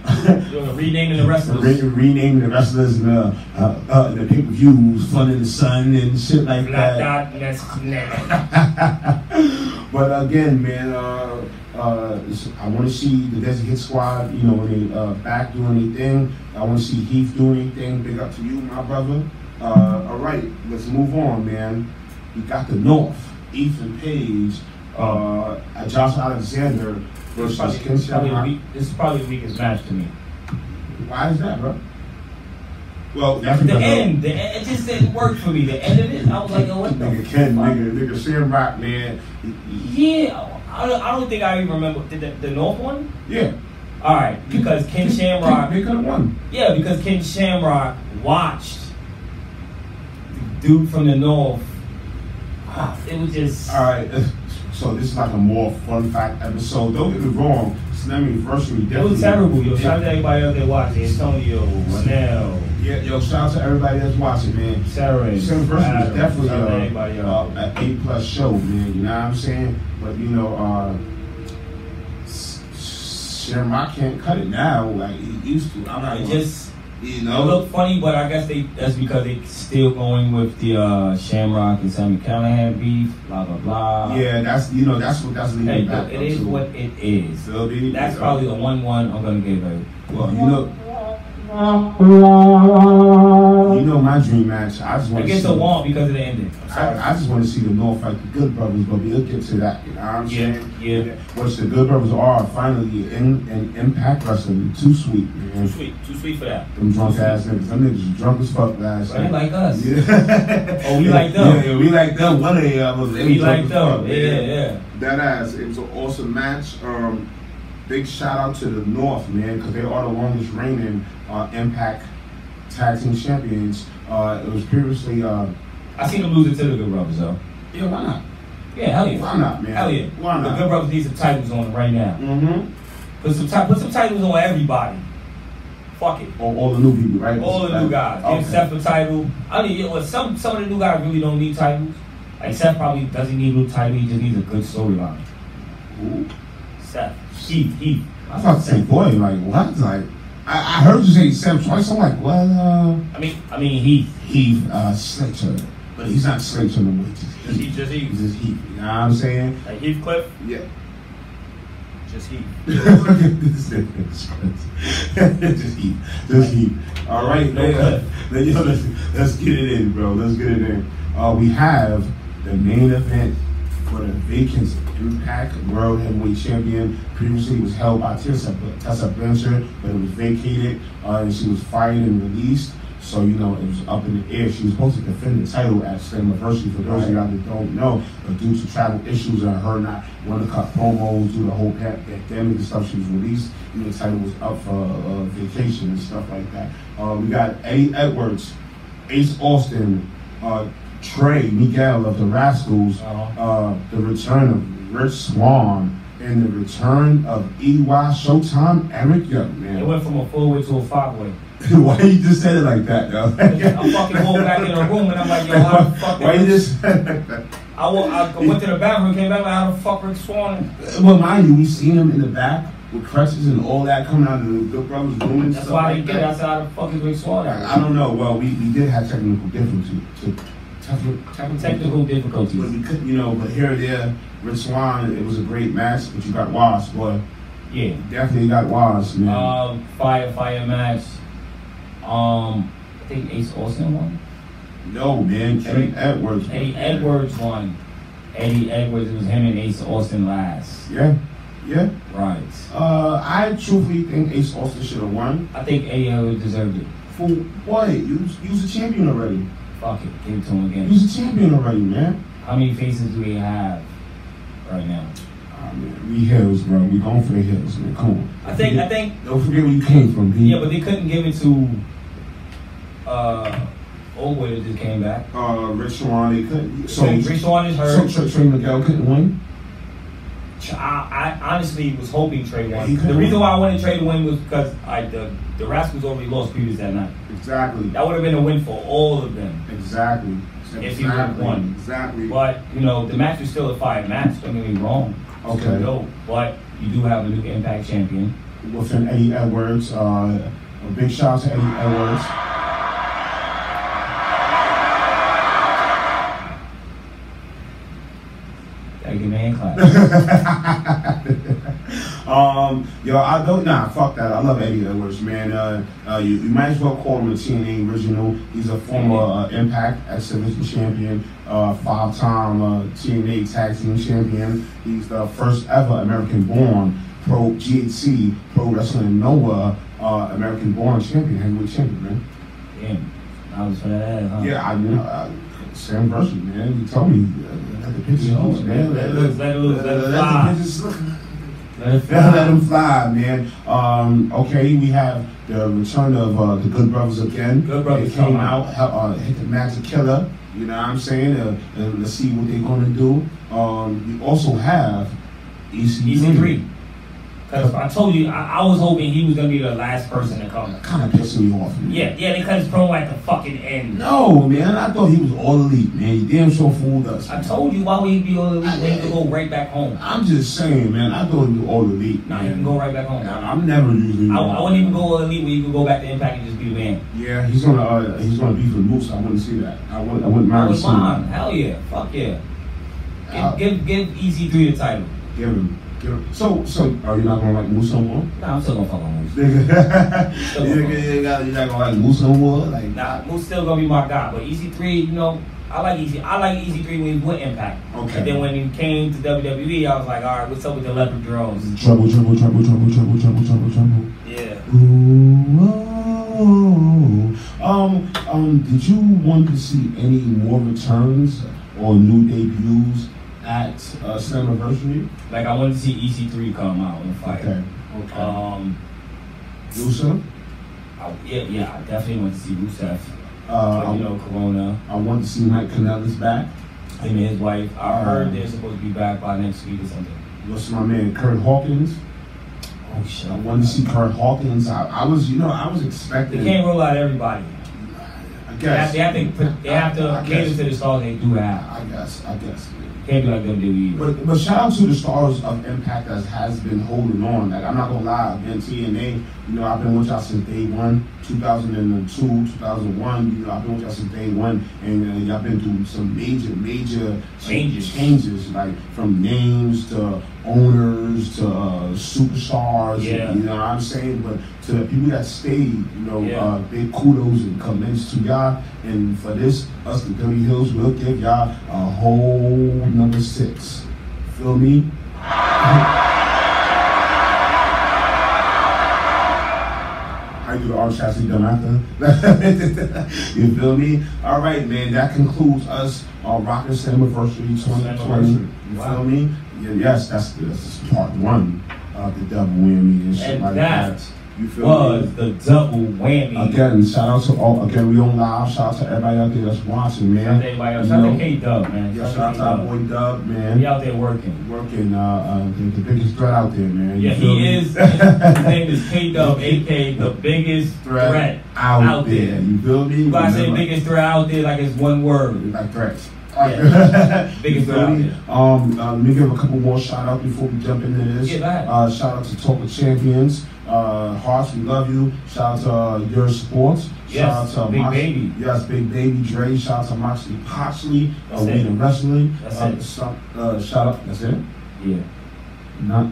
A: they're renaming the rest of
B: uh, re-
A: the
B: renaming the wrestlers and the uh, uh, the pay per views, Fun in the Sun and shit like
A: Black
B: that.
A: dot next next.
B: but again, man, uh, uh, it's- I want to see the Desert Hit Squad, you know, when they uh, back doing anything. I want to see Heath doing anything. Big up to you, my brother. Uh, all right, let's move on, man. We got the North, Ethan Page, uh, Josh Alexander
A: This
B: versus
A: is probably the
B: Kenshin.
A: weak- this is probably the weakest match to me.
B: Why is that, bro? Well, that's
A: The
B: because of-
A: end, the end, it just didn't work for me. The end of it, I was like, yo, what the
B: Nigga Ken,
A: fuck?
B: nigga, nigga Sam Rock, man.
A: Yeah, I don't, I don't think I even remember the, the, the North one.
B: Yeah.
A: All right, because Ken Shamrock
B: They could have won.
A: Yeah, because Ken Shamrock watched the dude from the north. Ah, It was just
B: Alright, so this is like a more fun fact episode. Don't get me wrong, Slammy Anniversary
A: it
B: definitely.
A: was terrible. Yo, shout out to everybody out there watching. Antonio, Ronell,
B: Yeah, yo, shout out to everybody that's watching, man.
A: Sarah.
B: Slammiversary is definitely
A: shout out to everybody
B: a, uh,
A: out. there.
B: an A plus show, man. You know what I'm saying? But you know, uh, Sam Rock can't cut it now like he used to. I'm not
A: It
B: gonna-
A: just
B: you
A: it
B: know.
A: looked funny, but I guess they that's because they still going with the uh, Shamrock and Sammy Callahan beef. Blah blah blah.
B: Yeah, that's you know that's what that's leading
A: Hey,
B: back.
A: look, it is what it is.
B: Phil
A: That's probably the one one I'm gonna give it.
B: Well, you know, You know my dream match. I just want to
A: Against
B: see.
A: a wall because of the ending. I'm sorry.
B: I, I just want to see the North fight the Good Brothers, but we'll get to that. You know what I'm
A: Yeah,
B: saying?
A: yeah.
B: Which the Good Brothers are finally in, in Impact Wrestling. Too sweet,
A: Too
B: man.
A: sweet. Too sweet for that.
B: Them drunk ass niggas. Them niggas was drunk as fuck last
A: Right?
B: night.
A: Like us.
B: yeah.
A: Oh, we like them.
B: Yeah, yeah, we like them. One of the others. they
A: We
B: was drunk
A: like
B: as
A: them.
B: fuck,
A: Yeah,
B: man.
A: yeah.
B: That ass. It was an awesome match. Um, big shout out to the North, man, because they are the longest reigning uh, Impact Tag Team Champions. Uh, it was previously. Uh,
A: I seen them lose it to the Good Brothers though.
B: yeah, why not?
A: Yeah, hell yeah.
B: Why not, man?
A: Hell yeah.
B: Why
A: The Good
B: not?
A: Brothers need some titles on right now.
B: Mm-hmm.
A: Put some ti- put some titles on everybody. Fuck it.
B: All, all the new people, right?
A: All the new guys.
B: Okay.
A: Give Seth a title. I mean, you know, some some of the new guys really don't need titles. Like Seth probably doesn't need a title. He just needs a good storyline.
B: Ooh.
A: Seth, Heath, Heath.
B: I was about to say, boy, like what? Like I, I heard you say Sam twice. I'm like, well,
A: I mean, I mean Heath.
B: uh, he uh, Slater, but he's not Slater no more.
A: Just
B: He's
A: Heath,
B: just
A: just
B: Heath. He's
A: Heath.
B: just Heath. You know what I'm saying?
A: Like Heathcliff,
B: Yeah.
A: just Heath.
B: this nigga is crazy. just Heath. Just Heath. All right,
A: No
B: man.
A: cut.
B: Then, yo, let's, let's get it in, bro. Let's get it in. Uh, we have the main event for the vacant Impact World Heavyweight Champion. Previously, it was held by Tessa, Tessa Blanchard, but it was vacated uh, and she was fired and released. So, you know, it was up in the air. She was supposed to defend the title at Slammiversary. For those of y'all that don't know, but due to travel issues and her not wanting to cut promos, do the whole pa- pandemic and stuff, she was released. You know, the title was up for uh, vacation and stuff like that. Uh, we got A. Edwards, Ace Austin, uh, Trey Miguel of the Rascals,
A: Uh-huh.
B: uh, the return of Rich Swan, and the return of EY Showtime Eric Young,
A: It
B: man.
A: went from a four way to a five way.
B: Why you just said it like that, though?
A: I fucking walked back in the room and I'm like, yo, how the fuck?
B: Why you just?
A: I, wa- I went to the bathroom, came back like, how the fuck Rick Swan?
B: well, mind you, we seen him in the back with crutches and all that coming out of the Good Brothers room and
A: That's
B: stuff
A: why I
B: like
A: didn't get it. I
B: that.
A: said, how the fuck is Rick Swan? out?
B: I don't know. Well, we, we did have technical difficulties. To, technical,
A: Technical
B: But
A: difficulties.
B: we could, you know, but here and there, Rich Swan, it was a great match, but you got Waz, boy.
A: Yeah.
B: Definitely got Waz, man.
A: Um, fire, fire match. Um, I think Ace Austin won.
B: no, man, Trey
A: Eddie-
B: Edwards.
A: Eddie Edwards won. Eddie Edwards, it was him and Ace Austin last.
B: Yeah, yeah.
A: Right.
B: Uh, I truthfully think Ace Austin should have won.
A: I think Eddie Edwards deserved it.
B: For what? You, you was a champion already.
A: Fuck it. Give it to him
B: You
A: again.
B: was a champion already, man.
A: How many faces do we have right now?
B: Ah, man, we hills, bro. We going for the hills, man. Come on.
A: I think, I think,
B: Don't forget where you came from, B.
A: yeah, but they couldn't give it to, uh, old way that just came back.
B: uh, Rich Swan, they couldn't. So,
A: So, Rick Swan is
B: so
A: hurt.
B: Trey, Trey Miguel couldn't win.
A: I, I honestly was hoping Trey
B: Yeah,
A: won.
B: he could've
A: The reason
B: won.
A: why I wanted Trey to win was because I the the Rascals already lost previous that night.
B: Exactly.
A: That would have been a win for all of them.
B: Exactly.
A: If he would've won.
B: Exactly.
A: But you know the match was still a fire match. Don't get me wrong. It's still
B: Okay.
A: dope. But you do have a new Impact champion.
B: Within Eddie Edwards, uh, a big shout out to Eddie Edwards.
A: Thank you, man. Class.
B: um, yo, I don't. Nah, fuck that. I love Eddie Edwards, man. Uh, uh, you, you might as well call him a TNA original. He's a former uh, Impact Exhibition champion, uh, five-time uh, TNA Tag Team champion. He's the first ever American-born pro GHC pro wrestling NOAA uh, American-born champion, heavyweight champion, man.
A: Damn, I was for that ass, huh?
B: Yeah, I mean, uh, Sam Versi, man, you told me uh, let the pictures loose, man.
A: Let it loose, let it loose, let it fly.
B: the pictures loose.
A: Let it
B: Let let
A: fly.
B: them fly, man. Um, okay, we have the return of uh, the Good Brothers again.
A: Good Brothers
B: they came
A: come
B: out,
A: out.
B: hel- uh, hit the Magic Killer. You know what I'm saying? Uh, and let's see what they're gonna do. Um, we also have E EC3.
A: EC3. Because I told you, I, I was hoping he was gonna be the last person to come.
B: Kind of pissing me off. Man.
A: Yeah, yeah, they cut his promo at the fucking end.
B: No, man. I thought he was all elite, man. He damn sure fooled us.
A: I
B: man.
A: told you why we be on the league. We can go right back home.
B: I'm just saying, man. I thought he was all elite.
A: Nah,
B: man.
A: you can go right back home. I,
B: Now, I'm never usually.
A: I wouldn't even go on the league where you could go back to Impact and just be the man.
B: Yeah, he's gonna uh, he's gonna beef with Moose. I wouldn't see that. I wouldn't. I wouldn't
A: I
B: mind
A: was
B: seeing
A: mine.
B: that.
A: Hell yeah. Fuck yeah.
B: Uh,
A: Give give, give EC3 the title.
B: Give him, Get him. So, so are you not gonna like Moose no more?
A: Nah, I'm still gonna fuck with Moose.
B: Nigga, you you got- you not gonna like Moose no more? Like,
A: Nah, Moose still gonna be my guy, but Easy Three, you know, I like Easy. I like Easy Three when he went Impact,
B: Okay.
A: and then when he came to WWE, I was like, all right, what's up with the leopard drones?
B: Trouble, trouble, trouble, trouble, trouble, trouble, trouble, trouble.
A: Yeah.
B: Ooh, oh, oh. Um, um, did you want to see any more returns or new debuts at uh, Slammiversary?
A: Like I wanted to see EC3 come out and fight.
B: okay. Uh,
A: Um,
B: Rusev?
A: I, yeah, yeah, I definitely want to see Rusev.
B: Uh,
A: you know, Corona,
B: I want to see Mike Kanellis back.
A: him and his wife. I
B: Uh,
A: heard they're supposed to be back by next week or something.
B: What's my man, Kurt Hawkins?
A: Oh shit!
B: I wanted to see Kurt Hawkins. I, I was, you know, I was
A: They
B: expecting.
A: can't roll out everybody.
B: I
A: They have,
B: guess.
A: they have to put, they have to cater to the stars they do have.
B: I guess. I guess. man.
A: Can't be like WWE.
B: But, but shout out to the stars of Impact that has been holding on. Like I'm not gonna lie, I've been TNA. You know, I've been with y'all since day one, 2002, 2001. You know, I've been with y'all since day one, and uh, y'all been through some major, major
A: Changes.
B: changes like from names to owners to uh, superstars.
A: Yeah.
B: You know what I'm saying? But to the people that stayed, you know,
A: Yeah.
B: uh, big kudos and commends to y'all. And for this, us the Dirty Hills will give y'all a whole number six. Feel me? I do the arm shots you done after. you feel me? All right, man. That concludes us on Rock and Slammiversary 2020. You
A: Wow.
B: feel me? Yeah, yes, that's that's part one of the double whammy and shit
A: And
B: like
A: that
B: that. You feel me?
A: was the double whammy.
B: Again, shout out to all. Again, we on live. Shout out to everybody out there that's watching,
A: Shout out to
B: man.
A: everybody else. Shout out
B: No.
A: to K Dub, man.
B: Yeah, shout out to our
A: K-Dub.
B: boy Dub, man.
A: He out there working.
B: Working uh, uh the, the biggest threat out there, man. You
A: Yeah,
B: feel
A: he
B: me?
A: is. His name is K Dub, aka the biggest
B: threat,
A: threat.
B: out,
A: out
B: there.
A: there.
B: You feel me?
A: You gotta say
B: Remember-
A: biggest threat out there like it's one word.
B: Like threats.
A: Yeah. Biggest threat
B: You feel
A: out
B: me?
A: there.
B: Um, uh, let me give a couple more shout outs before we jump into this.
A: Yeah, go ahead.
B: Uh, shout out to Talk of Champions. Uh, Hearts, we love you. Shout out to uh, Your Sports.
A: Yes,
B: shout out to
A: Big
B: Moxley-
A: Baby.
B: Yes, Big Baby Dre. Shout out to Moxley Poxley. Uh,
A: That's
B: we
A: it.
B: in wrestling.
A: That's
B: uh,
A: it.
B: so- uh, shout out. That's it.
A: Yeah.
B: Not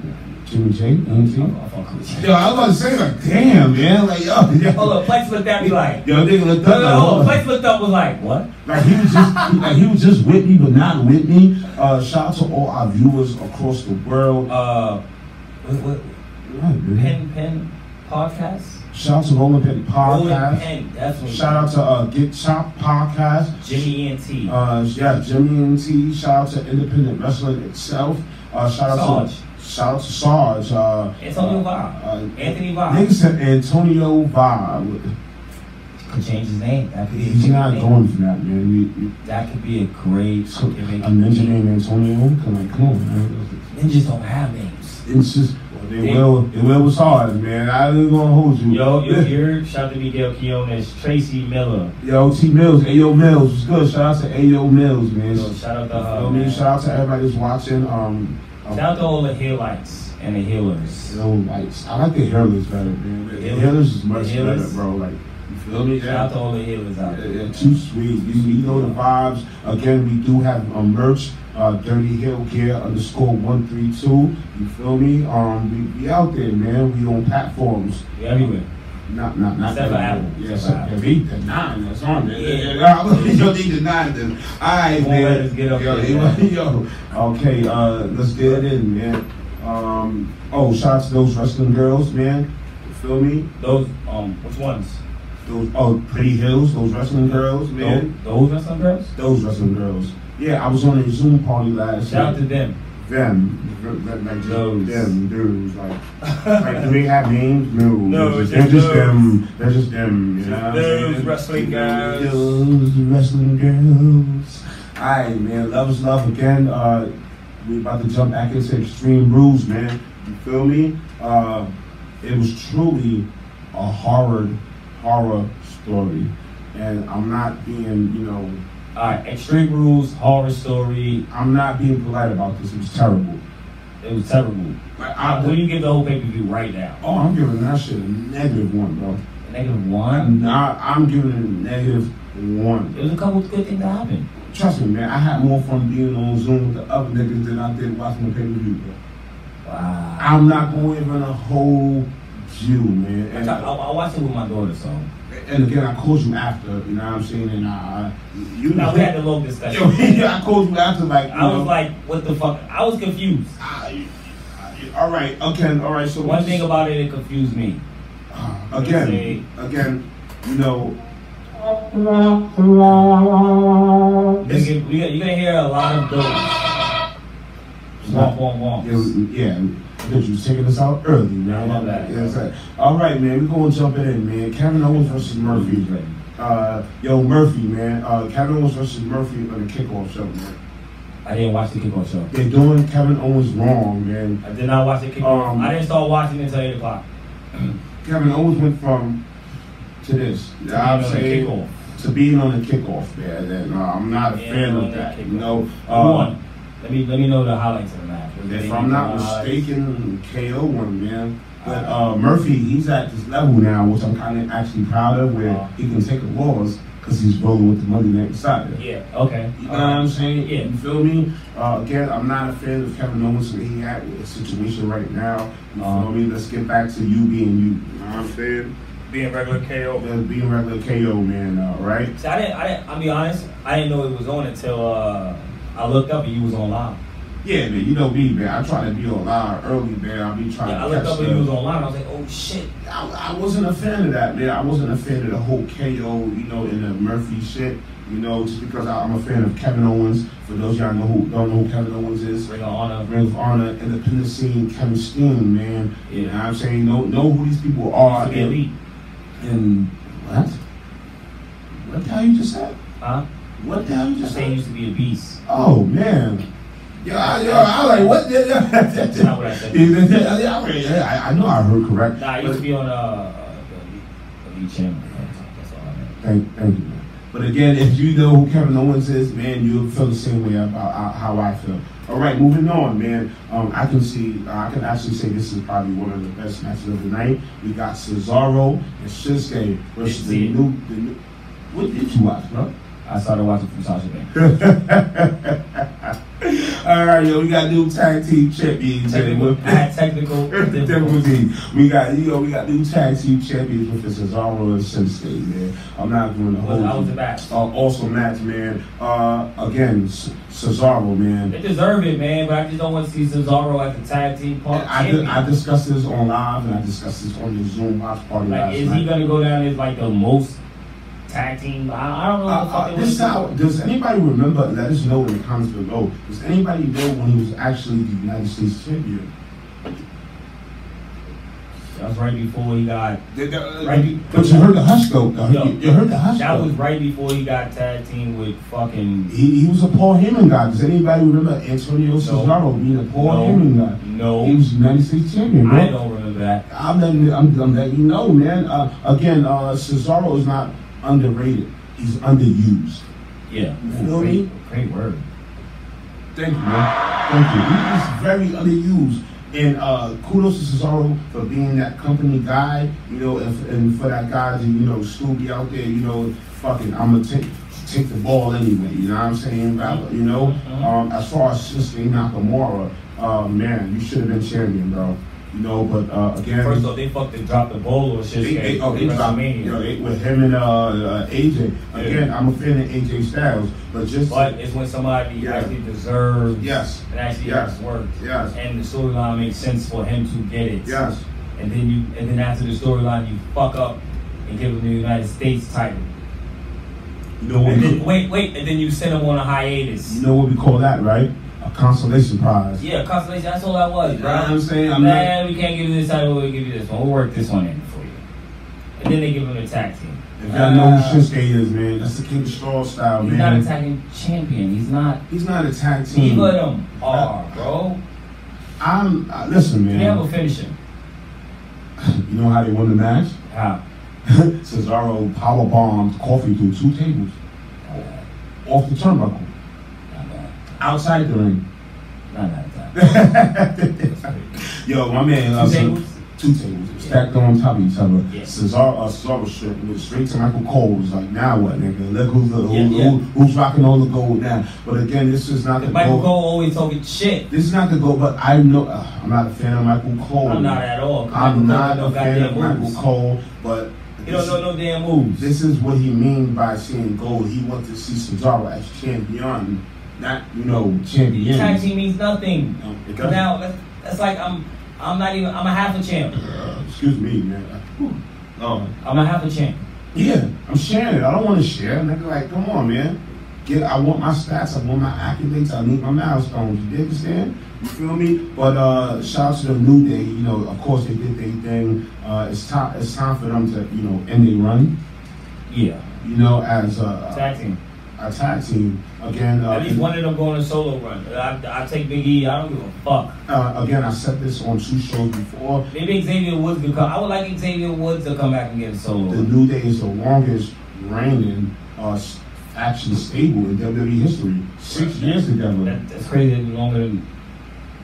B: Jimmy J.
A: I'm-
B: Anything?
A: I'm fucking with you.
B: Yo, I was about to say like, damn, man, like yo, yo.
A: Hold up, Plex looked at me like.
B: Yo, nigga looked
A: No, no,
B: up. like,
A: no, hold
B: hold
A: up.
B: up.
A: Plex looked up was like, what?
B: Like he was just like he was just with me, but not with me. Uh, shout out to all our viewers across the world.
A: Uh, what,
B: Yeah,
A: what,
B: man.
A: pen, pen, podcast?
B: Shout out to Rolling Petty
A: Rolling
B: Podcast.
A: Pen, definitely.
B: Shout out to uh, Get Chopped Podcast.
A: Jimmy and T.
B: Uh, yeah, Jimmy and T. Shout out to Independent Wrestling itself. Uh, shout out
A: Sarge.
B: to shout out to Sarge. Uh,
A: Antonio Vibe.
B: uh,
A: Anthony
B: nigga
A: Vibe.
B: said Antonio Vibe.
A: Could change his name. That could be
B: He's not going for that, man. You- you-
A: That could be a great
B: A ninja named Antonio. Come on, come on, man.
A: Ninjas don't have names.
B: It's just well, they
A: They-
B: will they will was hard, man. I ain't gonna hold you.
A: Yo, you here? Shout out to Miguel Quiones, Tracy Miller.
B: Yo, T Mills, Ayo Mills, was good. Shout out to Ayo Mills, man.
A: Yo, shout out to her.
B: Yo, man,
A: man.
B: shout out to everybody that's watching. Um, um,
A: Shout out to all the Hillites and the Healers.
B: yo, lights. I like the hairless better, man. The
A: Hairless?
B: hairless is much
A: The hairless?
B: better, bro. Like, you feel me?
A: Shout out to all the Healers out
B: Yeah,
A: there.
B: yeah, too sweet. You, you know the vibes. Again, we do have um, merch. Uh, Dirty Hill Gear underscore one three two. You feel me? Um, we, we out there, man. We on platforms.
A: We everywhere.
B: Not, not, not
A: Except for Apple. Except
B: Yeah,
A: for
B: except
A: Apple.
B: if he denying that's on there.
A: Yeah.
B: Yeah. Yo, they denying them. All right,
A: Won't
B: man.
A: let us get up
B: yo,
A: there,
B: yo,
A: man.
B: yo. Okay, uh, let's get it in, man. Um, oh, shout out to those wrestling girls, man. You feel me?
A: Those, um, which ones?
B: Those, oh, Pretty Hills, those wrestling girls, man.
A: Those, those are some girls?
B: Those wrestling girls. Yeah, I was on a Zoom party last
A: Shout out
B: night.
A: to them.
B: them, like, like
A: Those.
B: those. them dudes, like, like do they have names? No,
A: No,
B: they're
A: it's just
B: just, they're just them. They're just them. You know what I'm
A: Those
B: saying?
A: wrestling guys.
B: Those wrestling girls. All right, man. Love is love again. Uh, we about to jump back into Extreme Rules, man. You feel me? Uh, it was truly a horror, horror story, and I'm not being, you know,
A: Alright, Extreme Rules, Horror Story.
B: I'm not being polite about this. It was terrible.
A: It was terrible.
B: Like,
A: Uh,
B: I,
A: what do you give the whole pay per view right now?
B: Oh, I'm giving that shit a negative one, bro.
A: A Negative one?
B: Nah, I'm giving it a negative one.
A: It was a couple of good things that happened.
B: Trust me, man. I had more fun being on Zoom with the other niggas than I did watching the pay per view, bro.
A: Wow.
B: I'm not going to even hold you, man.
A: I,
B: And,
A: I, I watched it with my daughter, so.
B: and again, I called you after, you know what I'm saying? And I, I you
A: Now we had a little discussion.
B: I called you after, like, you
A: I
B: know,
A: was like, what the fuck? I was confused.
B: I- I- all right, okay, all right. So
A: One thing about it, it confused me.
B: again, again, you know,
A: You're gonna,
B: it's-
A: get- you're gonna- you're gonna hear a lot of those. Womp, womp, womp.
B: it was- yeah, because you was taking us out early, man.
A: I love that.
B: Yeah, that's right. All right, man, we're gonna jump it in, man. Kevin Owens versus Murphy. Uh, yo, Murphy, man. Uh, Kevin Owens versus Murphy on the kickoff show, man.
A: I didn't watch the kickoff show.
B: They're doing Kevin Owens wrong, man.
A: I did not watch the kickoff.
B: Um,
A: I didn't start watching until 8 o'clock.
B: Kevin Owens went from to this. I would
A: You know, the
B: say
A: kickoff.
B: to being on the kickoff, man. And uh, I'm not a
A: Yeah,
B: fan
A: on
B: of
A: the
B: that. You
A: kickoff.
B: know,
A: Come
B: uh,
A: on. Let me, let me know the highlights of the match.
B: If I'm not
A: Uh,
B: mistaken, KO one man. But uh, Murphy, he's at this level now, which I'm kind of actually proud of, where
A: Uh-huh.
B: he can take a loss because he's rolling with the money next side.
A: Yeah, okay.
B: You know what I'm saying?
A: Yeah.
B: You feel me? Uh, again, I'm not a fan of Kevin Owens where he at with the situation right now. You
A: Uh-huh.
B: feel me? Let's get back to you being you. You know what I'm saying?
E: Being regular KO.
B: That's being regular KO man, uh, right?
A: See, I didn't, I didn't, I'll be honest, I didn't know it was on until uh, I looked up and you was on live.
B: Yeah, man. You know me, man. I try to be on live early, man. I be trying
A: Yeah, I
B: to catch
A: looked up
B: the-
A: and you was online. I was like, oh shit.
B: I, I wasn't a fan of that, man. I wasn't a fan of the whole KO, you know, and the Murphy shit, you know, just because I, I'm a fan of Kevin Owens. For those of y'all know who don't know who Kevin Owens is, uh,
A: Ring of Honor.
B: Ring of Honor, independent scene, Kevin Steen, man. You know what
A: Yeah.
B: I'm saying? Know, know who these people are.
A: Used to be
B: And,
A: elite.
B: and what? What the hell you just said?
A: Huh?
B: What the hell you
A: I
B: just
A: say he
B: said?
A: used to be a beast.
B: Oh, man. Yo, I, yo, I was like, what?
A: That's not what I said.
B: I, I know I heard correct.
A: Nah, I
B: but-
A: used to be on uh, the Elite, elite Channel. That's all I know.
B: Thank, thank you, man. But again, if you know who Kevin Owens is, man, you'll feel the same way about uh, how I feel. All right, moving on, man. Um, I can see, I can actually say this is probably one of the best matches of the night. We got Cesaro and Shinsuke versus the
A: see it.
B: new, the new. What did you watch, bro?
A: I started watching from Sasha Banks.
B: All right, yo, we got new tag team champions. man.
A: Technical, I had technical difficulties.
B: Definitely. We got you know we got new tag team champions with the Cesaro and Shinsuke, man. I'm not doing the
A: Was-
B: whole.
A: I was the back.
B: Uh, awesome match, man. Uh, again, C- Cesaro, man.
A: They deserve it, man, but I just don't want to see Cesaro as the tag team part.
B: I, di- I discussed this on live and I discussed this on the Zoom watch party
A: Like,
B: last
A: is
B: night.
A: he gonna go down as like the most tag team? I, I don't know. What
B: uh,
A: the fuck
B: uh,
A: they
B: this
A: wanna do.
B: how, does anybody remember? Let us know in the comments below. Does anybody know when he was actually the United States champion?
A: That was right before he got.
B: Right, you- but you heard the hush though. though.
A: Yo,
B: you, you heard the hush.
A: That
B: though.
A: was right before he got tag team with fucking.
B: He, he was a Paul Heyman guy. Does anybody remember Antonio Cesaro being a Paul
A: No.
B: Heyman guy? He
A: No,
B: was United States champion, bro.
A: I don't remember that.
B: I'm letting you- I'm, I'm letting you know, man. Uh, again, uh, Cesaro is not underrated. He's underused.
A: Yeah,
B: You feel me?
A: great, great word.
B: Thank you, man. Thank you. He is very underused. And uh, kudos to Cesaro for being that company guy, you know, and, and for that guy to, you know, still be out there, you know, fucking, I'm going to take take the ball anyway, you know what I'm saying? But, you know, um, as far as Shinsuke Nakamura, uh, man, you should have been champion, bro. You know, but uh, again.
A: First off, they fucking dropped the ball or shit.
B: They, they, oh, they dropped, you know,
A: WrestleMania.
B: they, with him and uh, uh, AJ. Again, I'm a fan of AJ Styles, but just
A: But it's when somebody
B: Yeah.
A: actually deserves
B: yes,
A: and actually
B: Yes.
A: has work.
B: yes,
A: And the storyline makes sense for him to get it.
B: yes,
A: And then you and then after the storyline you fuck up and give him the United States title.
B: you know what
A: And
B: we,
A: then wait, wait, and then you send him on a hiatus.
B: you know what we call that, right? A consolation prize.
A: Yeah, constellation, that's all that was,
B: You know what I'm
A: bro.
B: saying? I'm not,
A: Man, we can't give you this title, we'll give you this one. We'll work this one in for you. And then they give him a tag team.
B: if y'all know who Shinsuke is, man, that's the King of Straw style,
A: He's not a
B: man. Hmm.
A: tag team champion. He's not
B: He's not a tag team.
A: Neither of them are, bro.
B: I'm uh, listen,
A: They have a
B: man.
A: finisher.
B: You know how they won the match?
A: How?
B: Cesaro power bombed coffee through two tables
A: Not that.
B: off the turnbuckle
A: Not that.
B: outside the ring.
A: Not that.
B: Yo, my man, uh,
A: Two tables?
B: two tables stacked on top of each other.
A: Yeah.
B: Cesaro, uh, Cesaro was straight, went straight to Michael Cole. Was like, now what, nigga? Look who's the, who,
A: Yeah, yeah.
B: Who, who's rocking all the gold now. But again, this is not the
A: Michael
B: gold.
A: Cole always talking shit.
B: This is not the gold. But I know uh, I'm not a fan of Michael Cole.
A: I'm not at all.
B: I'm not a
A: Michael Cole don't
B: fan
A: got
B: of
A: damn
B: Michael
A: moves.
B: Cole, but
A: He don't know no damn moves.
B: this is what he mean by seeing gold. He wants to see Cesaro as champion, not you know champion.
A: Tag team means nothing.
B: No, it doesn't.
A: Now that's, that's like I'm I'm not even I'm a half a champ.
B: Uh, excuse me, man. Oh,
A: I'm a half a champ.
B: yeah, I'm sharing it. I don't want to share. Nigga, like, come on, man. Get, I want my stats. I want my accolades. I need my milestones. You dig understand? You feel me? But uh, shout out to the New Day. You know, of course they did their thing. Uh, it's time. It's time for them to, you know, end their run.
A: Yeah.
B: You know, as a,
A: Tag team.
B: a tag team again. Uh,
A: At least one of them going a solo run. I, I take Big E. I don't give a fuck.
B: uh, again, I said this on two shows before.
A: Maybe Xavier Woods could come. I would like Xavier Woods to come back and get a solo.
B: The
A: run.
B: New Day is the longest reigning uh, s- action stable in WWE history. Six years together.
A: That, that's crazy. That's longer than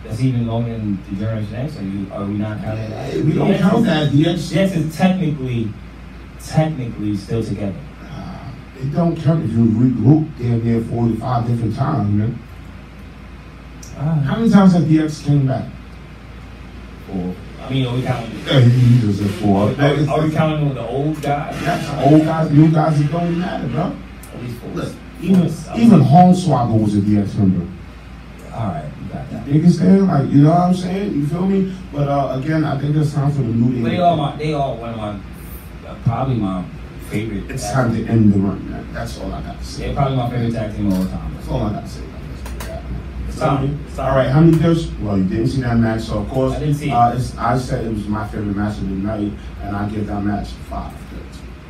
A: that's even longer than the Generation X. Are you are we not counting that?
B: We don't
A: Yes,
B: count
A: it's-
B: that. Yes.
A: Yes, is technically technically still together.
B: Uh, It don't count if you regroup damn near 45 different times, man. How many times have DX came back?
A: Or- I mean, are we counting?
B: Uh, He was at
A: Are,
B: four.
A: we- are we counting with the old guys?
B: That's old guys, new guys, it don't matter, bro.
A: At least four.
B: Look, even, even Hornswoggle was a DX member.
A: All right, you got that.
B: You understand? Like, you know what I'm saying? You feel me? But uh, again, I think it's time for the new day.
A: But they all my, they all one of my, uh, probably my favorite.
B: It's
A: tag
B: time
A: team.
B: to end the run, man. That's all I got to say.
A: They're probably my favorite tag team of all time.
B: That's all I got to say. about this. Yeah.
A: It's time. It's time.
B: All right, how many girls? Well, you didn't see that match, so of course,
A: I didn't see it.
B: Uh, it's, I said it was my favorite match of the night, and I give that match five.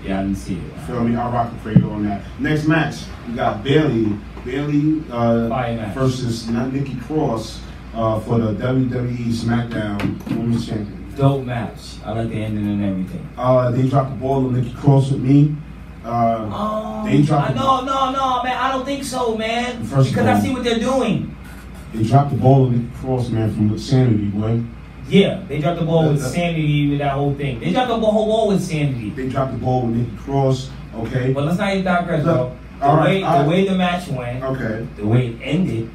B: You
A: Yeah, I didn't see it.
B: feel me? I rock a cradle on that. Next match, we got Bailey, Bailey uh,
A: Fire match.
B: versus Nikki Cross uh, for the WWE SmackDown Women's Champion.
A: Dope match. I like the ending and everything.
B: Uh, they dropped the ball on Nikki Cross with me. Uh,
A: Oh,
B: They dropped-
A: I- no, no, no, man. I don't think so, man.
B: First of
A: because
B: all-
A: I see what they're doing.
B: they dropped the ball on Nikki Cross, man, from Sanity, boy.
A: Yeah, they dropped the ball with
B: That- that-
A: sanity with that whole thing. They dropped the whole ball with sanity.
B: They dropped the ball with Nikki Cross, okay?
A: But let's not even digress,
B: Look,
A: bro. The
B: all right,
A: way
B: all right.
A: the way the match went,
B: Okay.
A: the way it ended,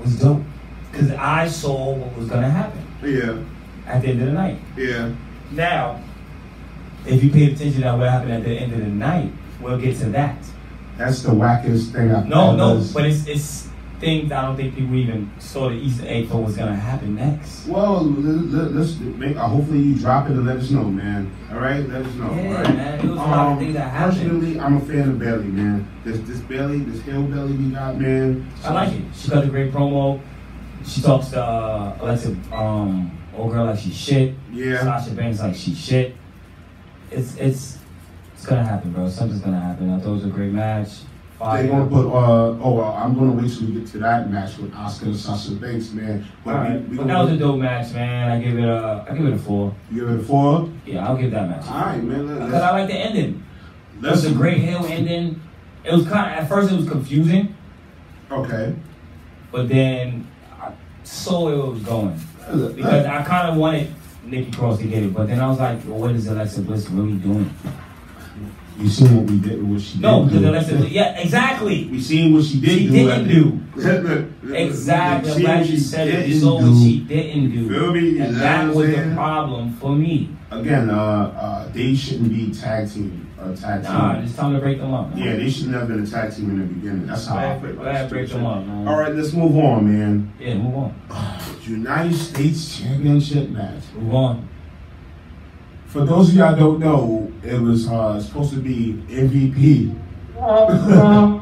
A: was dope. Cause I saw what was gonna happen
B: Yeah,
A: at the end of the night.
B: yeah.
A: Now, if you paid attention to what happened at the end of the night, we'll get to that.
B: That's the wackest thing I've
A: No,
B: ever
A: no,
B: seen.
A: but it's it's things I don't think people even saw the Easter egg for what was gonna happen next.
B: Well, let, let, let's make, uh, hopefully you drop it and let us know, man. All right, let us know.
A: Yeah,
B: all right? Um,
A: man, it was a lot of things that happened.
B: Personally, I'm a fan of Belly, man. This this Belly, this hillbilly we got, man.
A: I like it. She cut a great promo. She talks to uh, Alexa, um, old girl like she's shit.
B: Yeah.
A: Sasha Banks like she's shit. It's it's it's gonna happen, bro. Something's gonna happen. I thought it was a great match. Fire.
B: They're gonna put uh oh well, I'm gonna wait till we get to that match with Oscar and Sasha Banks, man. But
A: All right.
B: we, we
A: But that was a
B: gonna
A: dope match, man. I give it a I give it a four.
B: give it a four.
A: Yeah, I'll give that match.
B: All right, man. Let,
A: Because I
B: let's,
A: like the ending. It
B: let's
A: was a great hill ending. It was kind of at first it was confusing,
B: Okay.
A: but then I saw where it was going.
B: Look,
A: Because I kind of wanted Nikki Cross to get it, but then I was like, well, what is Alexa Bliss really doing?
B: You seen what we did, what she
A: No,
B: did.
A: because
B: do.
A: Alexa Bliss, yeah, exactly.
B: We seen what she did
A: She
B: do.
A: didn't
B: at the-
A: do.
B: Look, look, look,
A: Exactly.
B: we
A: I'm
B: seen
A: glad
B: what
A: you
B: she
A: said it. You
B: didn't
A: saw
B: do.
A: what she didn't do.
B: Feel me? You
A: And
B: know
A: that
B: what I'm
A: was the
B: saying?
A: problem for me.
B: Again, uh, uh, they shouldn't be tag team. Uh, tag team.
A: Nah, it's time to break them up. man.
B: yeah, they should never been a tag team in the beginning. That's how I
A: Glad-
B: feel about
A: glad
B: this
A: break them
B: situation.
A: up, man.
B: All right, let's move on, man.
A: Yeah, move on.
B: United States Championship match.
A: Move on.
B: For those of y'all who don't know, it was uh, supposed to be MVP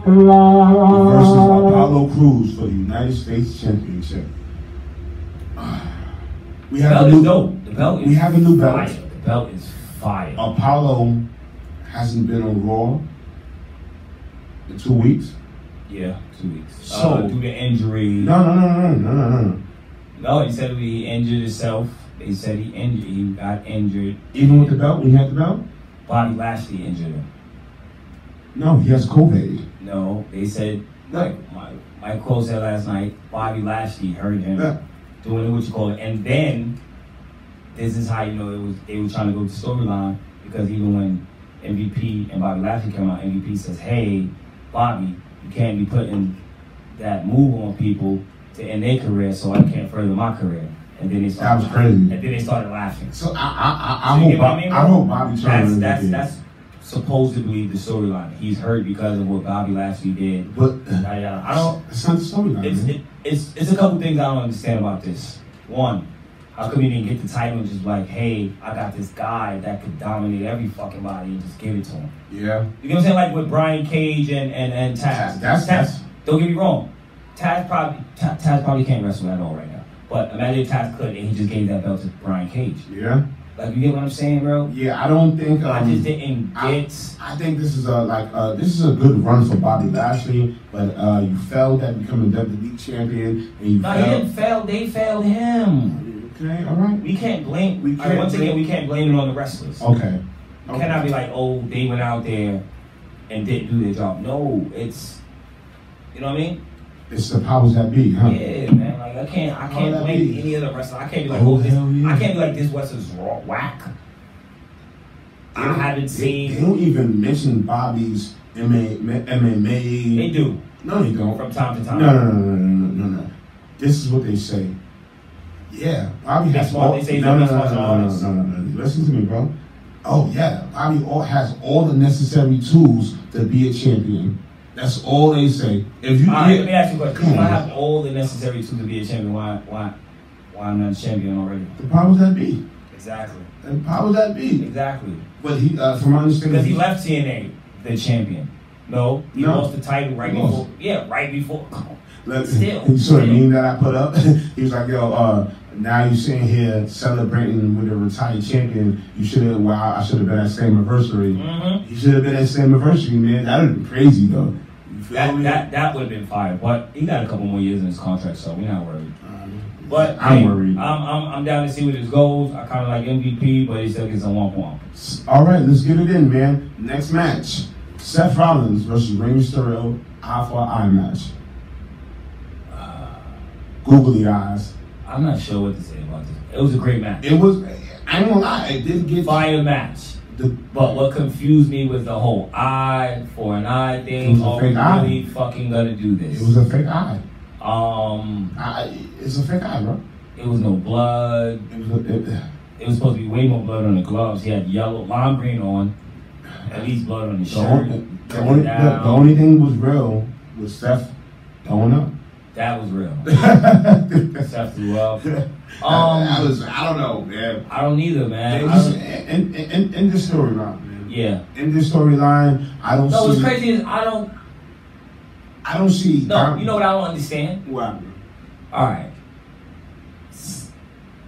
B: versus Apollo Cruz for the United States Championship. We
A: The
B: have
A: belt
B: a
A: is
B: new
A: dope. The belt is
B: We have a new belt. Oh.
A: fire. The belt is fire.
B: Apollo hasn't been on Raw in two weeks.
A: Yeah, two weeks.
B: So-
A: uh, due to injury.
B: No, no, no, no, no, no, no, no.
A: No, he said he injured himself. He said he injured. He got injured.
B: Even with the belt, when he had the belt,
A: Bobby Lashley injured him.
B: no, he has COVID.
A: No, they said
B: Right.
A: like my my Cole said last night. Bobby Lashley hurt him
B: Yeah.
A: doing what you call it, and then this is how you know it was they were trying to go to storyline because even when MVP and Bobby Lashley came out, MVP says, "Hey, Bobby, you can't be putting that move on people to end their career, so I can't further my career." And then they
B: That
A: started,
B: was crazy.
A: and then they started laughing.
B: So I I I, I
A: So you
B: hope
A: get what
B: Bob,
A: I mean,
B: I
A: bro?
B: hope Bobby Turner.
A: That's
B: is
A: that's
B: there.
A: that's supposedly the storyline. He's hurt because of what Bobby Lashley did.
B: But
A: Yada, yada. I don't.
B: It's not the storyline.
A: It's,
B: man.
A: it, it's, it's a couple things I don't understand about this. One, how come you didn't get the title and just like, hey, I got this guy that could dominate every fucking body and just give it to him?
B: yeah.
A: You know what I'm saying? Like with Brian Cage and, and, and Taz.
B: Taz, that's-
A: Taz.
B: that's-
A: Don't get me wrong. Taz probably Ta- Taz probably can't wrestle at all right now. But imagine if Taz could and he just gave that belt to Brian Cage.
B: Yeah.
A: Like you get what I'm saying, bro?
B: Yeah. I don't think. Um,
A: I just didn't
B: I-
A: get.
B: I think this is a like uh, this is a good run for Bobby Lashley, but uh, you failed at becoming WWE E champion, and you
A: No, he
B: failed.
A: didn't fail. They failed him.
B: Okay, all right.
A: We can't blame.
B: We
A: We
B: can't
A: once again,
B: blame-
A: we can't blame it on the wrestlers.
B: Okay.
A: You cannot be like, oh, they went out there and didn't do their job. No, it's you know what I mean?
B: It's the powers that be, huh?
A: Yeah, man. Like I can't I
B: How
A: can't
B: that
A: blame
B: be?
A: any other wrestler. I can't be like,
B: Oh,
A: oh, this,
B: hell yeah.
A: I can't be like this wrestler's raw whack. I haven't
B: They, they
A: seen
B: don't even mention Bobby's MMA. MMA.
A: they do
B: No, they don't.
A: from time to
B: No,
A: time.
B: no, no, no, no, no, no, no. This is what they say. Yeah, Bobby
A: That's
B: has
A: why
B: all.
A: they say
B: no, no,
A: that's
B: no,
A: why
B: no,
A: they're
B: no, no,
A: honest.
B: no, no, no. Listen to me, bro. Oh yeah, Bobby all has all the necessary tools to be a champion. That's all they say. If you
A: All right,
B: hear-
A: let me ask you a question.
B: Come
A: If I
B: on.
A: have all the necessary tools to be a champion, why why why I'm not a champion already?
B: the powers that be,
A: Exactly.
B: the powers that be.
A: Exactly.
B: But he, uh, from my understanding,
A: Because he left TNA the champion. No, he
B: No.
A: lost the title right
B: He lost.
A: before. Yeah, right before. Come on.
B: Look,
A: Still.
B: You saw the
A: Still.
B: meme that I put up? he was like, yo, uh, now you sitting here celebrating with a retired champion. You should have, wow, I should have been at same anniversary.
A: Mhm.
B: You should have been at same anniversary, man. That would have been crazy, though. You feel
A: That
B: me?
A: that that would have been fire, but he got a couple more years in his contract, so we're not worried.
B: Um,
A: But
B: I'm
A: hey,
B: worried.
A: I'm, I'm I'm down to see what his goals. I kind of like MVP, but he still gets a womp womp.
B: S- All right, let's get it in, man. Next match Seth Rollins versus Rey Mysterio, eye for eye match. Uh, Googly eyes.
A: I'm not sure what to say about this. It was a great match,
B: It was, I ain't gonna lie, it did get
A: fire match.
B: the
A: But what confused me was the whole eye for an eye
B: It
A: thing.
B: was a
A: Are we
B: fake eye.
A: really fucking gonna do
B: It was
A: this?
B: a fake eye.
A: Um,
B: I, it's a fake eye, bro.
A: it was no blood.
B: It was a, it,
A: It was supposed to be way more blood on the gloves. He had yellow, lime green on, at least blood on his
B: The only,
A: shirt.
B: the, only, the, the only thing was real was Steph throwing up.
A: That was real.
B: that,
A: Seth threw up.
B: that
A: Um,
B: was, I don't know, man.
A: I don't either,
B: They
A: man. I
B: just-
A: don't,
B: In, in, in, in this storyline, man.
A: yeah.
B: In this storyline, I don't
A: No, what's
B: see.
A: crazy is I don't.
B: I don't see.
A: No, you know what I don't understand?
B: Wow.
A: All right. S-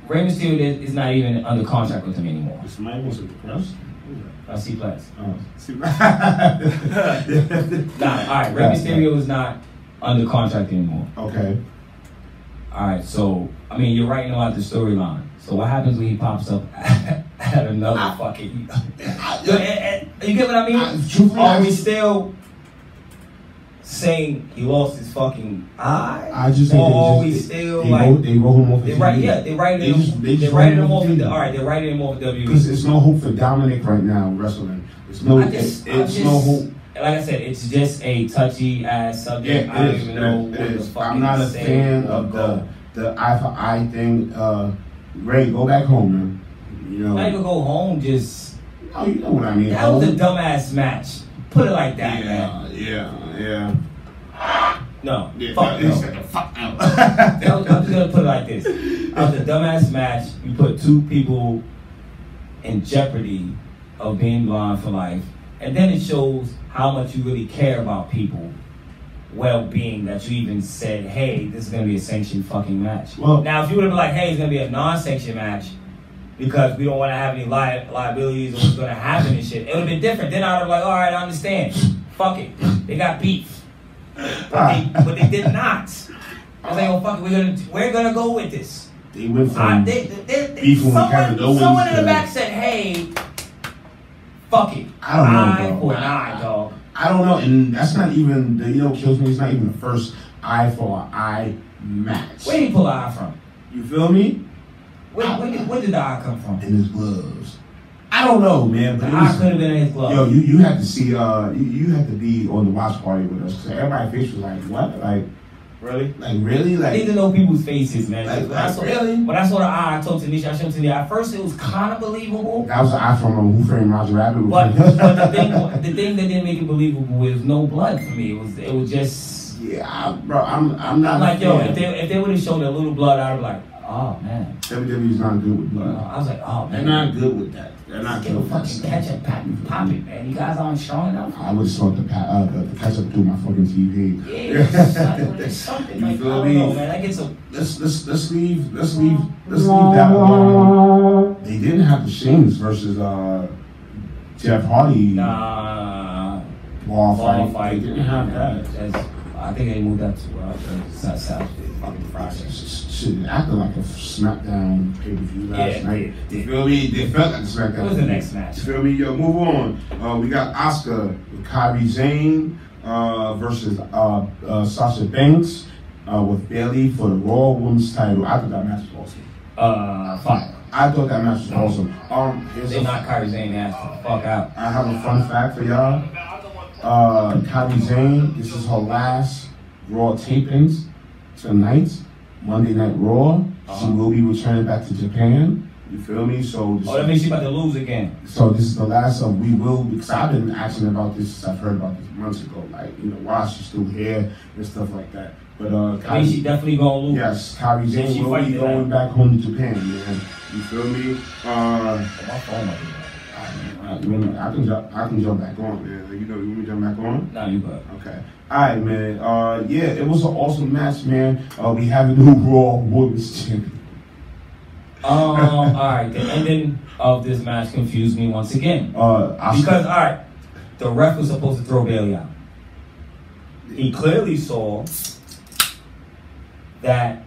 A: Rey Mysterio is, is not even under contract with him anymore.
B: Somebody wants to press.
A: I see plus.
B: Oh.
A: Nah, all right. Rey
B: Right,
A: Mysterio is not under contract anymore.
B: okay.
A: All right, so I mean, you're writing out the storyline. So what happens when he pops up at another
B: I-
A: fucking?
B: I-
A: Yo, eh, eh, you get what I mean?
B: Ah. I- truthfully,
A: Are
B: I-
A: we still saying he lost his fucking eye?
B: I just think
A: Or are
B: they
A: we
B: just,
A: still
B: they,
A: like
B: wrote, they wrote him off.
A: they
B: as
A: right?
B: idiot.
A: Yeah, they
B: They
A: writing
B: just-
A: him.
B: they
A: They
B: just
A: writing
B: wrote
A: him off.
B: him
A: in the- E.
B: off.
A: All right, they're writing him off in
B: Because
A: WWE.
B: it's no hope for Dominic right now wrestling. It's no.
A: I just, I
B: it's
A: just,
B: no hope.
A: like I said, it's just a touchy ass subject.
B: Yeah,
A: I
B: it
A: don't
B: is.
A: even know
B: it
A: what
B: is.
A: the fuck
B: I'm not a
A: to say
B: fan
A: or
B: of
A: go.
B: the the eye for eye thing. Uh, Ray, go back home, man. You know.
A: Not even go home. Just
B: Oh, you know what I mean.
A: that was a
B: home.
A: dumbass match. Put it like that, man.
B: Yeah, yeah, yeah.
A: No,
B: yeah
A: fuck
B: they
A: no.
B: said the fuck out.
A: I was- I'm just gonna put it like this: After a dumbass match, you put two people in jeopardy of being blind for life, and then it shows how much you really care about people well-being that you even said, "Hey, this is gonna be a sanctioned fucking match."
B: Well-
A: now, if you would have been like, "Hey, it's gonna be a non-sanctioned match." Because we don't want to have any li- liabilities or what's going to happen and shit. It would have been different. Then I'd have like, all right, I understand. Fuck it. They got beef. But they,
B: Ah.
A: but they did not. I was like, oh fuck, it, we're gonna we're gonna go with this.
B: they went
A: I,
B: from
A: they, they, they-
B: Beef with
A: someone,
B: Kevin Owens,
A: someone in
B: uh,
A: the back said, hey, fuck it,
B: I don't know,
A: eye
B: bro.
A: for an eye, dog.
B: I don't know, and that's not even the you know what kills me. It's not even the first eye for eye match.
A: Where did he pull an eye from?
B: you feel me?
A: Where, where, did, where did the eye come from?
B: in his gloves. I don't know, man.
A: The
B: But it
A: eye
B: was,
A: could have been in his glove.
B: yo, you you had to see. Uh, you, you had to be on the watch party with us. Cause everybody's face was like, what? Like,
E: Really?
B: like really?
A: I need
B: Like,
A: to know people's faces, man.
B: Like,
A: When I saw-
B: really?
A: When I saw the eye, I told Tanisha, I showed Tanisha. At first, it was kind of believable,
B: that was the eye from uh, Who Framed Roger Rabbit.
A: but, but the thing, the thing that didn't make it believable was no blood for me. It was, it was just
B: yeah, I, bro, I'm I'm not
A: I'm like, yo, if they
B: yeah.
A: if they would have shown a little blood, I'd be like, oh man.
B: WWE's E not good with
A: You know,
B: blood.
A: I was like, oh
B: They're
A: man.
B: not good with that. They're not
A: Just
B: good
A: Get a
B: with
A: fucking
B: that.
A: ketchup pop, pop it, man. You guys aren't strong enough.
B: I would have saw the, pa- uh, the, the ketchup through my fucking TV.
A: Yeah, something, something
B: You
A: like I
B: feel
A: don't
B: me?
A: know, man. I get so
B: let's let's let's leave let's leave let's leave that alone. They didn't have the Sheamus versus uh Jeff Hardy
A: nah.
B: ball fight.
A: Qualified.
B: They didn't have that.
A: That's, I think they moved up to uh, South South fucking Friday.
B: Shit, it acted like a SmackDown pay per view last
A: Yeah.
B: night. You feel me? They felt like a SmackDown.
A: What was the next match?
B: You feel me? Yo, move on. Uh, we got Oscar with Kyrie Zane uh, versus uh, uh, Sasha Banks uh, with Bailey for the Raw Women's title. I thought that match was awesome.
A: Uh, fire.
B: I thought that match was awesome. Um, here's
A: They
B: a-
A: knocked Kyrie Zane ass the fuck out.
B: I have a fun fact for y'all. Uh, Kylie Zane, this is her last Raw tapings tonight, Monday Night Raw. She
A: Uh-huh.
B: will be returning back to Japan. You feel me? So, this,
A: Oh, that means she about to lose again.
B: so this is the last of we will. Because I've been asking about this. since I've heard about this months ago. Like, you know, why she's still here and stuff like that. But uh,
A: I mean, she
B: Kylie,
A: definitely gonna lose.
B: yes, Kylie Zane
A: She
B: will be
A: fighting
B: going
A: tonight.
B: back home to Japan, man. You feel me? Uh,
A: My phone might be dead.
B: I, you want me- I can jump. I can jump back on, man. Like, You know, you want me to jump back on?
A: No, you good.
B: Okay. All right, man. Uh, yeah, it was an awesome match, man. Uh, we have a new Raw Women's Champion.
A: Um, all right. The ending of this match confused me once again
B: Uh, Asuka-
A: because all right, the ref was supposed to throw Bailey out. He clearly saw that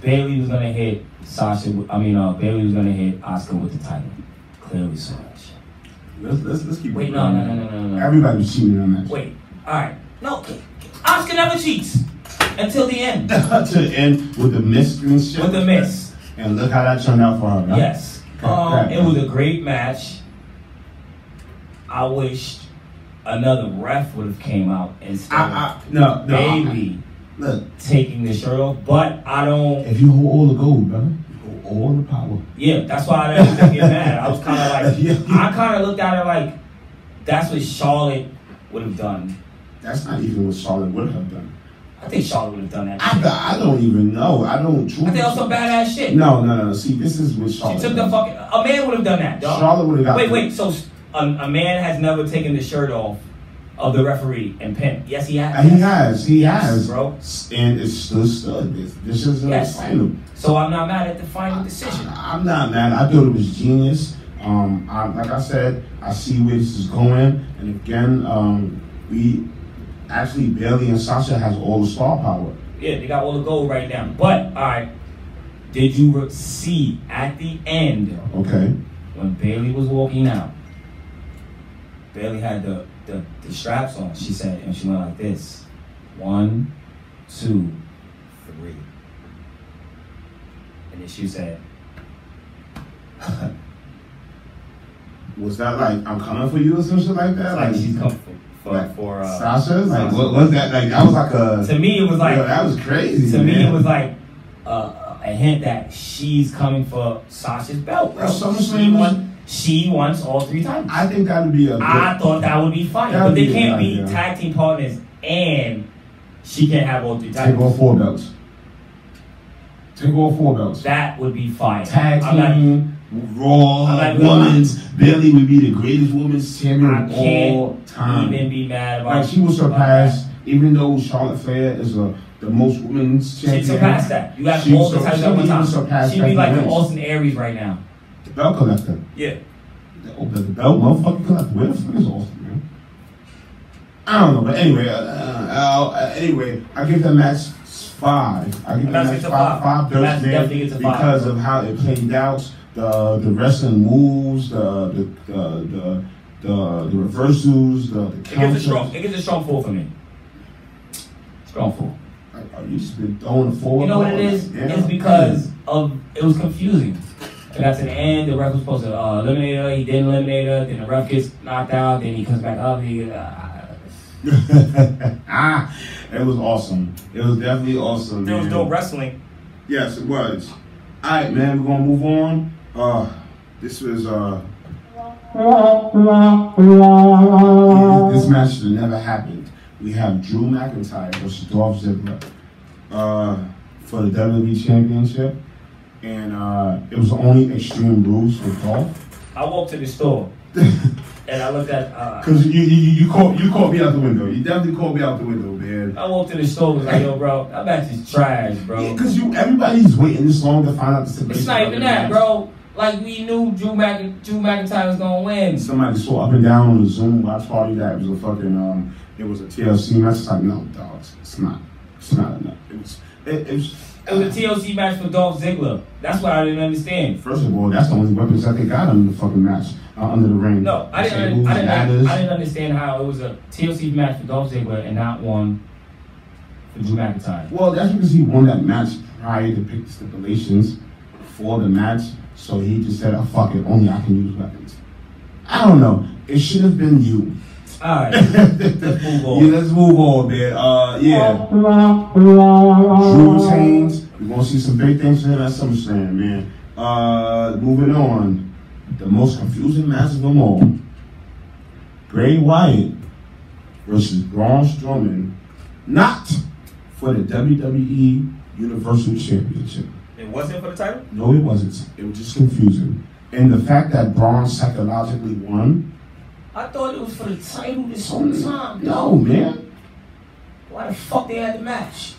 A: Bailey was gonna hit Sasha. with- I mean, uh, Bailey was gonna hit Oscar with the title. Clearly saw that shit.
B: let's, let's let's keep.
A: Wait,
B: it
A: no,
B: going.
A: no, no, no, no, no.
B: Everybody was cheating on that.
A: Wait. All right. No, Oscar never cheats until the end
B: to the end with the miss and shit.
A: with the miss.
B: And look how that turned out for her. Right?
A: Yes. Um, it was a great match. I wished another ref would have came out instead
B: I, I, no,
A: of
B: no. I,
A: Bailey
B: look,
A: taking the shirt off. But I don't.
B: if you hold all the gold, brother, you hold all the power.
A: Yeah, that's why I didn't get mad. I was kind of like,
B: Yeah.
A: I kind of looked at it like, that's what Charlotte would have done.
B: That's not even what Charlotte would have done.
A: I think Charlotte would have done that. shit.
B: I, I don't even know. I don't.
A: I think that was some badass shit.
B: No, no, no. See, this is what Charlotte.
A: She took the
B: does.
A: fucking. A man would have done that. Dog.
B: Charlotte would have got.
A: Wait, wait. So a, a man has never taken the shirt off of the referee and pinned. Yes, he has.
B: And He has, he has,
A: bro.
B: And it's still stood. This, this is an
A: Yes.
B: final.
A: So I'm not mad at the final decision.
B: I'm not mad. I thought it was genius. Um, I, like I said, I see where this is going. And again, um, we actually Bailey and Sasha has all the star power.
A: Yeah, they got all the gold right now. But all right, did you re- see at the end
B: Okay.
A: when Bailey was walking out? Bailey had the, the the straps on. She said, and she went like this: one, two, three. And then she said,
B: Was that like I'm coming for you or something like that?
A: like she's come for for,
B: like
A: for uh,
B: Sasha? Like
A: Sasha.
B: what was that? Like that was like a.
A: To me, it was
B: yo,
A: like
B: that was crazy.
A: to me
B: man.
A: it was like uh, a hint that she's coming for Sasha's belt. Bro.
B: That's SummerSlam,
A: She,
B: man.
A: won, she wants all three times.
B: I think that would be a. good-
A: I thought that would be fine,
B: That would
A: but they
B: be a
A: can't
B: good
A: be
B: idea.
A: tag team partners and she can't have all three
B: Take
A: titles.
B: all four belts. Take all four belts.
A: That would be fine.
B: Tag
A: I'm not-
B: team, Raw,
A: I'm not gonna
B: Women's. Bailey would be the greatest women's champion
A: I
B: of all
A: can't
B: time.
A: even be mad about.
B: like she will surpass, even though Charlotte Flair is a, the most women's
A: She
B: champion.
A: surpassed that. You got
B: She
A: all the
B: sur-
A: titles
B: she
A: at one
B: even
A: time.
B: surpassed
A: She'd be
B: Becky
A: like the
B: Lynch.
A: Austin Aries right now.
B: The belt collector.
A: Yeah.
B: The, oh, the, the belt motherfucking collector. Where the fuck is Austin, man? I don't know, but anyway, uh, uh, uh, anyway, I give that match five. I give
A: Match
B: that match
A: gets a five.
B: five, five
A: Match
B: dirts, man,
A: definitely gets a five.
B: because of how it played out, the the wrestling moves, the the the the, the, the reversals, the, the
A: It gives a
B: counters.
A: strong. It gives a strong four for me. Strong four.
B: Like, oh, you just been throwing the forward.
A: You know what it
B: ball,
A: is?
B: man.
A: It's because of it was confusing. And that's an end. The ref was supposed to uh, eliminate her. He didn't eliminate her. Then the ref gets knocked out. Then he comes back up. He, uh,
B: ah, it was awesome. It was definitely awesome.
E: There was
B: man.
E: no wrestling.
B: Yes, it was. All right, man, we're gonna move on. Uh, this was uh, this match should have never happened. We have Drew McIntyre versus Dolph Ziggler uh, for the WWE Championship, and uh, it was only Extreme Rules for Dolph.
A: I walked to the store and I looked at. Uh,
B: Cause you you you caught you caught me out the window. You definitely caught me out the window, man.
A: I walked to the store. and Was like, yo, bro, that match is trash, bro.
B: Because you everybody's waiting this long to find out the stipulation
A: It's not
B: of
A: even
B: the
A: that,
B: match.
A: bro. Like we knew Drew Mc Drew McIntyre was gonna win.
B: Somebody saw up and down on the Zoom watch party that it was a fucking um, it was a TLC match. It's like no, dogs, it's not, it's not enough. It was, it, it was. uh,
A: It was a TLC match for Dolph Ziggler. That's what I didn't understand.
B: First of all, that's the only weapons that they got under the fucking match, uh, under the ring.
A: No, I didn't.
B: Tables,
A: I didn't.
B: ladders.
A: I didn't understand how it was a TLC match for Dolph Ziggler and not one for Drew McIntyre.
B: Well, that's because he won that match prior to pick the stipulations for the match. So he just said, oh, fuck it, only I can use weapons. I don't know. It should have been you.
A: All right, let's move on.
B: Yeah, let's move on, man. Uh, yeah. Drew retains. We're gonna see some big things from him at SummerSlam, man. Uh, moving on. The most confusing match of them all: Bray Wyatt versus Braun Strowman, not for the WWE Universal Championship.
E: It wasn't for the title.
B: No, it wasn't. It was just confusing, and the fact that Braun psychologically won.
A: I thought it was for the title this whole time.
B: No, man.
A: Why the fuck they had the match?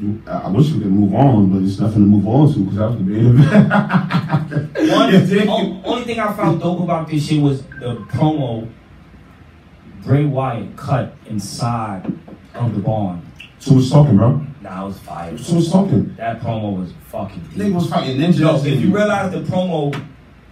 B: You- I I wish we could move on, but it's nothing to move on to because that was the main event.
A: One,
B: You dig?
A: o- only thing I found dope about this shit was the promo Bray Wyatt cut inside of the barn.
B: So what's talking, bro?
A: Nah, I was fired.
B: So what's talking?
A: That promo was fucking
B: Nigga
A: deep.
B: was fighting ninjas.
A: No, if you realize the promo,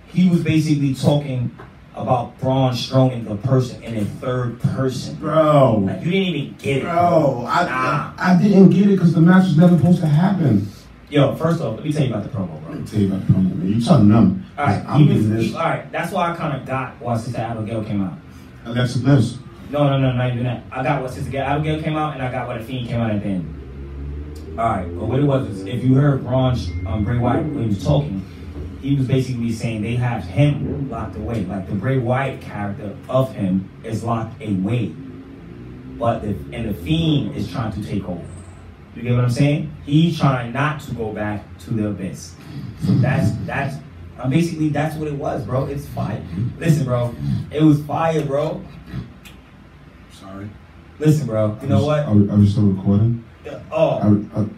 A: he was basically talking about Braun Strowman, the person, in a third person.
B: bro,
A: Like, you didn't even get it.
B: bro, I
A: Nah.
B: I didn't get it because the match was never supposed to happen.
A: Yo, first off, let me tell you about the promo,
B: Let
A: bro.
B: me tell you about the promo, man. You talking numb?
A: All right,
B: I'm getting
A: even,
B: this.
A: all right, that's why I kind of got why Sister Abigail came out.
B: Alexa Bliss.
A: No, no, no, not even that. I got what Sister Abigail came out, and I got what the Fiend came out at the end. All right, but what it was is, if you heard Braun, Sh- um, Bray Wyatt when he was talking, he was basically saying they have him locked away. Like the Bray Wyatt character of him is locked away, but the and the Fiend is trying to take over. You get what I'm saying? He's trying not to go back to the abyss. So that's that's uh, basically that's what it was, bro. It's fire. Listen, bro, it was fire, bro.
B: Sorry.
A: Listen, bro. You know what?
B: Are, we- are we still recording?
A: Oh,
B: Are, are,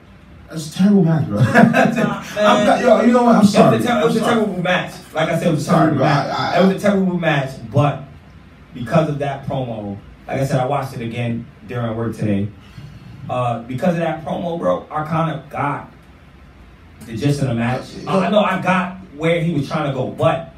B: that's a terrible match, bro.
A: nah,
B: I'm not,
A: man.
B: yo, you know what?
A: It
B: I'm
A: was,
B: sorry.
A: a ter- it
B: I'm
A: was a
B: sorry.
A: terrible match. Like I said, it was a
B: Sorry,
A: terrible
B: bro.
A: match.
B: I- I-
A: it was a terrible match, but because of that promo, like I said, I watched it again during work today. Uh, because of that promo, bro, I kind of got the gist of the match. I I know I got where he was trying to go, but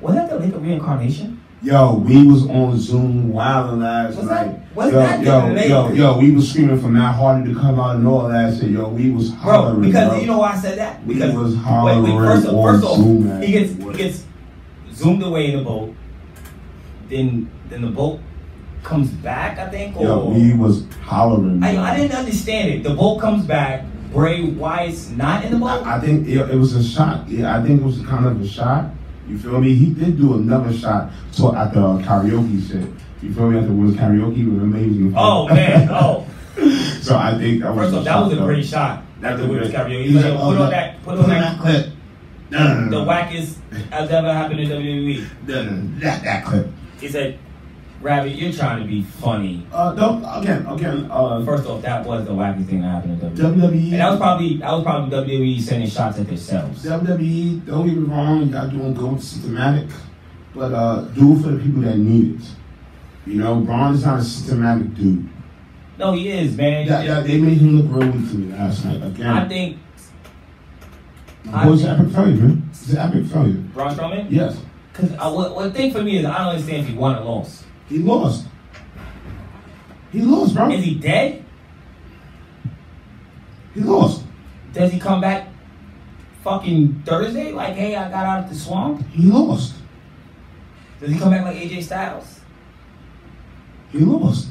A: was that the link of reincarnation?
B: Yo, we was on Zoom wilding last
A: Was that-
B: night.
A: was
B: yo,
A: that
B: yo,
A: the
B: yo,
A: late-
B: yo, we was screaming for Matt Hardy to come out and all that shit. Yo, we was hollering,
A: Bro, because
B: bro.
A: you know why I said that?
B: We
A: Because
B: was
A: wait, wait, first off,
B: hollering
A: first
B: on
A: off,
B: Zoom, man.
A: he gets he gets zoomed away in the boat. Then then the boat comes back, I think. Or
B: Yo, we was hollering.
A: I,
B: man.
A: I didn't understand it. The boat comes back. Bray Wyatt's not in the boat.
B: I I think it, it was a shot. Yeah, I think it was kind of a shot. You feel me? He did do another shot so at the karaoke shit. You feel me? At the women's karaoke, remember he was in the
A: oh man, oh.
B: so I think that was
A: First
B: a
A: off, that was a
B: though.
A: great shot. That
B: That's
A: the
B: a
A: women's
B: great-
A: karaoke.
B: He's
A: He's like,
B: like,
A: put
B: oh,
A: on
B: no.
A: that, put
B: Put
A: on
B: on
A: that.
B: that clip. No, no, no,
A: The
B: no.
A: wackest has ever happened in WWE.
B: No, no, no, That, that clip.
A: He said, "Rabbit, you're trying to be funny."
B: Uh, no, again, again, uh, E,
A: First off, that was the wackest thing that happened in E. WWE.
B: WWE.
A: And that was probably that was probably WWE sending shots at themselves.
B: WWE, E, don't get me wrong, y'all doing good, systematic, but uh, do it for the people that need it. You know, Braun is not a systematic dude.
A: No, he is, man.
B: That, that- they made him look real weak to me last night.
A: I
B: Again,
A: think
B: it was
A: I-
B: an epic failure, man. It's an epic failure.
A: Braun Strowman.
B: Yes,
A: Because what what thing for me is I don't understand if he won or lost.
B: he lost. He lost, bro.
A: Is
B: He
A: he dead?
B: lost.
A: Does he come back fucking Thursday? Like, hey, I got out of the swamp?
B: He lost.
A: Does he come back like AJ Styles?
B: He lost.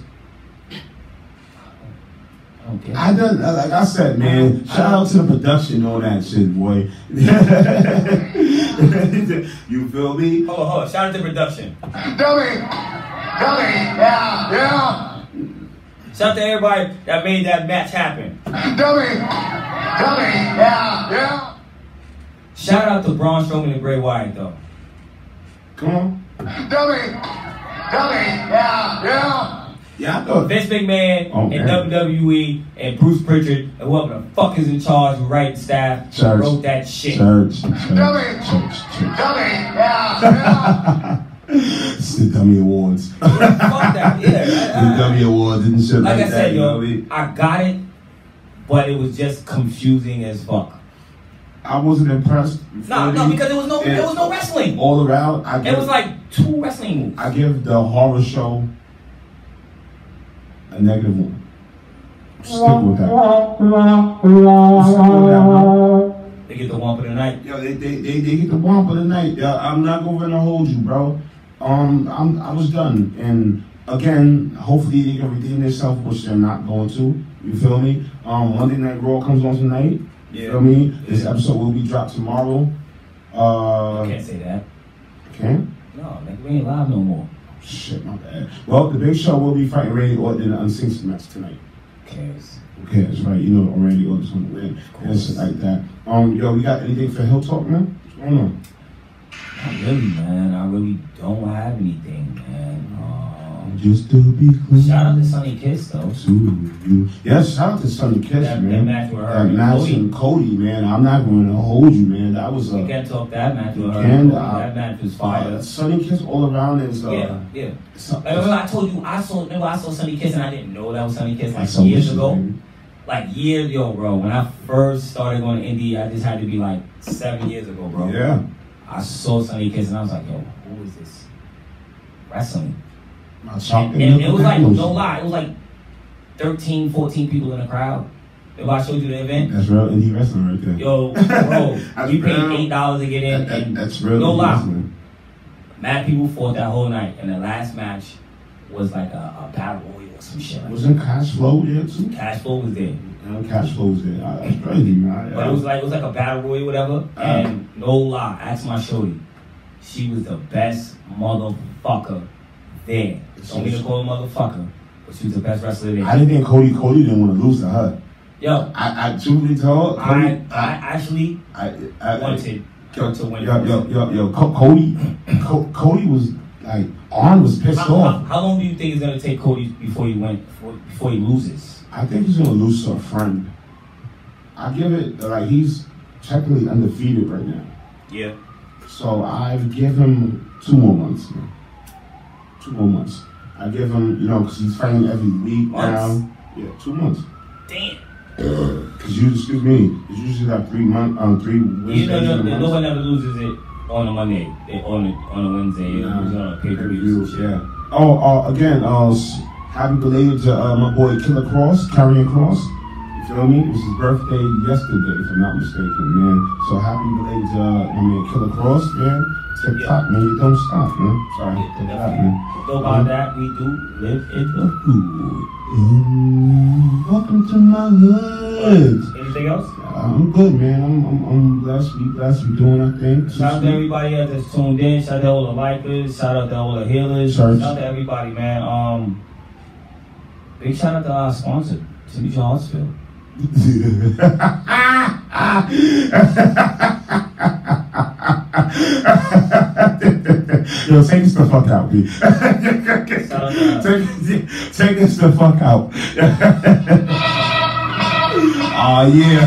A: I don't care.
B: I done like I said, man. Shout out to the production on that shit, boy. you feel me?
A: Hold on, hold on. Oh, Shout out to production.
F: Dummy! Dummy! Yeah! Yeah!
A: Shout out to everybody that made that match happen.
F: Dummy! Dummy! Yeah! Yeah!
A: Shout out to Braun Strowman and Bray Wyatt though.
B: Come on.
F: Dummy! Dummy! Yeah! Yeah!
B: Yeah, I thought.
A: Vince McMahon
B: Oh,
A: and
B: man.
A: WWE and Bruce Pritchard and whoever the fuck is in charge of writing staff
B: Church.
A: wrote that shit.
B: Church,
F: Dummy!
B: church, church, church.
F: Dummy! Yeah! Yeah!
B: It's the Dummy Awards.
A: fuck that.
B: the
A: Yeah.
B: Dummy Awards and shit like,
A: like I
B: that.
A: said,
B: you know
A: yo,
B: what I mean?
A: I got it, but it was just confusing as fuck.
B: I wasn't impressed. you
A: No,
B: feel
A: no,
B: me?
A: because there was no
B: And
A: there was no Oh, wrestling.
B: all around. I
A: It
B: give,
A: was like two wrestling moves.
B: I give the horror show a negative one. Stick with that. Stick with that one.
A: They get the one for the night.
B: Yo, they they they, they get the one for the night. Yo, I'm not gonna hold you, bro. Um, I'm I was done, and again, hopefully they can redeem themselves, which they're not going to. You feel me? Um, Monday Night Raw comes on tonight. You feel me? This episode will be dropped tomorrow. Uh,
A: I can't say that.
B: can?
A: No, like we ain't live no more.
B: Shit, my bad. Well, the Big Show will be fighting Randy Orton in an unsynced match tonight.
A: Who cares?
B: Okay, that's right. You know, Randy Orton's gonna win and shit like that. Um, yo, we got anything for Hill Talk, man? What's going on?
A: Not really, man. I really don't have anything, man.
B: Just to be
A: Um,
B: clear.
A: shout out to Sunny Kiss though.
B: Ooh, Yeah, shout out to Sonny Kiss,
A: That- that
B: man.
A: match with her
B: that
A: and
B: match
A: Cody.
B: and Cody, man. I'm not going to hold you, man. That was
A: We
B: a
A: can't talk that match with her.
B: And, uh,
A: that match was
B: fire.
A: fire.
B: Sonny Kiss all around is uh,
A: Yeah, yeah.
B: it's a-
A: Like, remember I told you I saw remember I saw Sunny Kiss and I didn't know that was Sunny Kiss like
B: it's a
A: years
B: mission,
A: ago.
B: baby.
A: like years yo bro when i first started going to indie i just had to be like seven years ago bro
B: Yeah,
A: i saw sunny kiss and i was like yo who is this wrestling
B: my chocolate.
A: and, and it
B: milk
A: was like
B: apples.
A: no lie it was like 13 14 people in the crowd if i showed you the event
B: That's real indie wrestling right there.
A: yo bro
B: That's
A: we paid
B: real.
A: eight dollars to get in
B: That- that-
A: and
B: that's real.
A: no
B: indie
A: lie
B: wrestling.
A: mad people fought that whole night and the last match was like a, a battle royal or some shit like
B: Wasn't Cash Flow there too?
A: cash flow was there
B: Yeah, Cash Flow was there. Uh, That's crazy, man.
A: But it was like it was like a battle royal, whatever. And no lie, ask my shorty, she was the best motherfucker there. Don't mean to call her motherfucker, but she was the best wrestler
B: I
A: there.
B: didn't think Cody Cody didn't want to lose to her.
A: Yo,
B: I, I truly told
A: I
B: Cody,
A: I actually
B: I, I, I
A: wanted her to win.
B: Yo, yo, yo, yo, Co- Cody, Co- Cody was like, Arn was pissed
A: How, how,
B: off.
A: how long do you think it's gonna take Cody before he win before, before he loses?
B: I think he's gonna lose to a friend. I give it like he's technically undefeated right now,
A: Yeah.
B: so I give him two more months, man. Two more months. I give him, you know, because he's fighting every week
A: Months?
B: now. Yeah, two months.
A: Damn.
B: Cause you, excuse me, it's usually like three month, um, three
A: You
B: Wednesdays.
A: know,
B: in a
A: no, no,
B: month.
A: no one ever loses it on a Monday, eh, on a, on a Wednesday,
B: Yeah.
A: yeah. on a pay per view.
B: Reviews, yeah. Oh, uh, again, uh, s- happy belated to uh, my boy Killer Cross, Carrying Cross. You feel me? It was his birthday yesterday, if I'm not mistaken, man. So happy belated to uh, my man Killer Cross, man. Tip
A: Yeah.
B: top, man. You don't stop, man. Sorry.
A: Yeah,
B: Tip top,
A: definitely.
B: man.
A: Though by that, we do live in the hood.
B: Mm, welcome to my hood.
A: Anything else?
B: I'm good, man. I'm, I'm, I'm blessed. We blessed. We doing our thing.
A: Shout out to everybody else that's tuned in. Shout out to all the likers. Shout out to all the healers.
B: Church.
A: Shout out to everybody, man. Um, big shout out to our sponsor, Timmy Charlesville.
B: Yo, take this the fuck out, B.
A: Shout out to
B: take, take this the fuck out. Oh, yeah.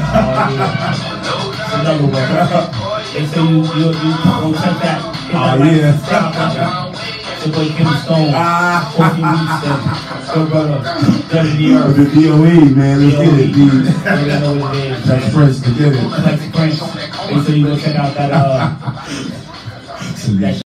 A: another one. Make sure you you you go check that. Hit
B: Oh,
A: that like,
B: yeah.
A: subscribe button. It's your boy Kim Stone.
B: Ah.
A: 14 weeks in. Good brother. Good to be
B: The
A: here.
B: DOE, man. Let's get it, B.
A: You already know what it is, man.
B: That's Prince. Let's get it.
A: Flex Prince. Make sure you go check out that uh.
B: Salute.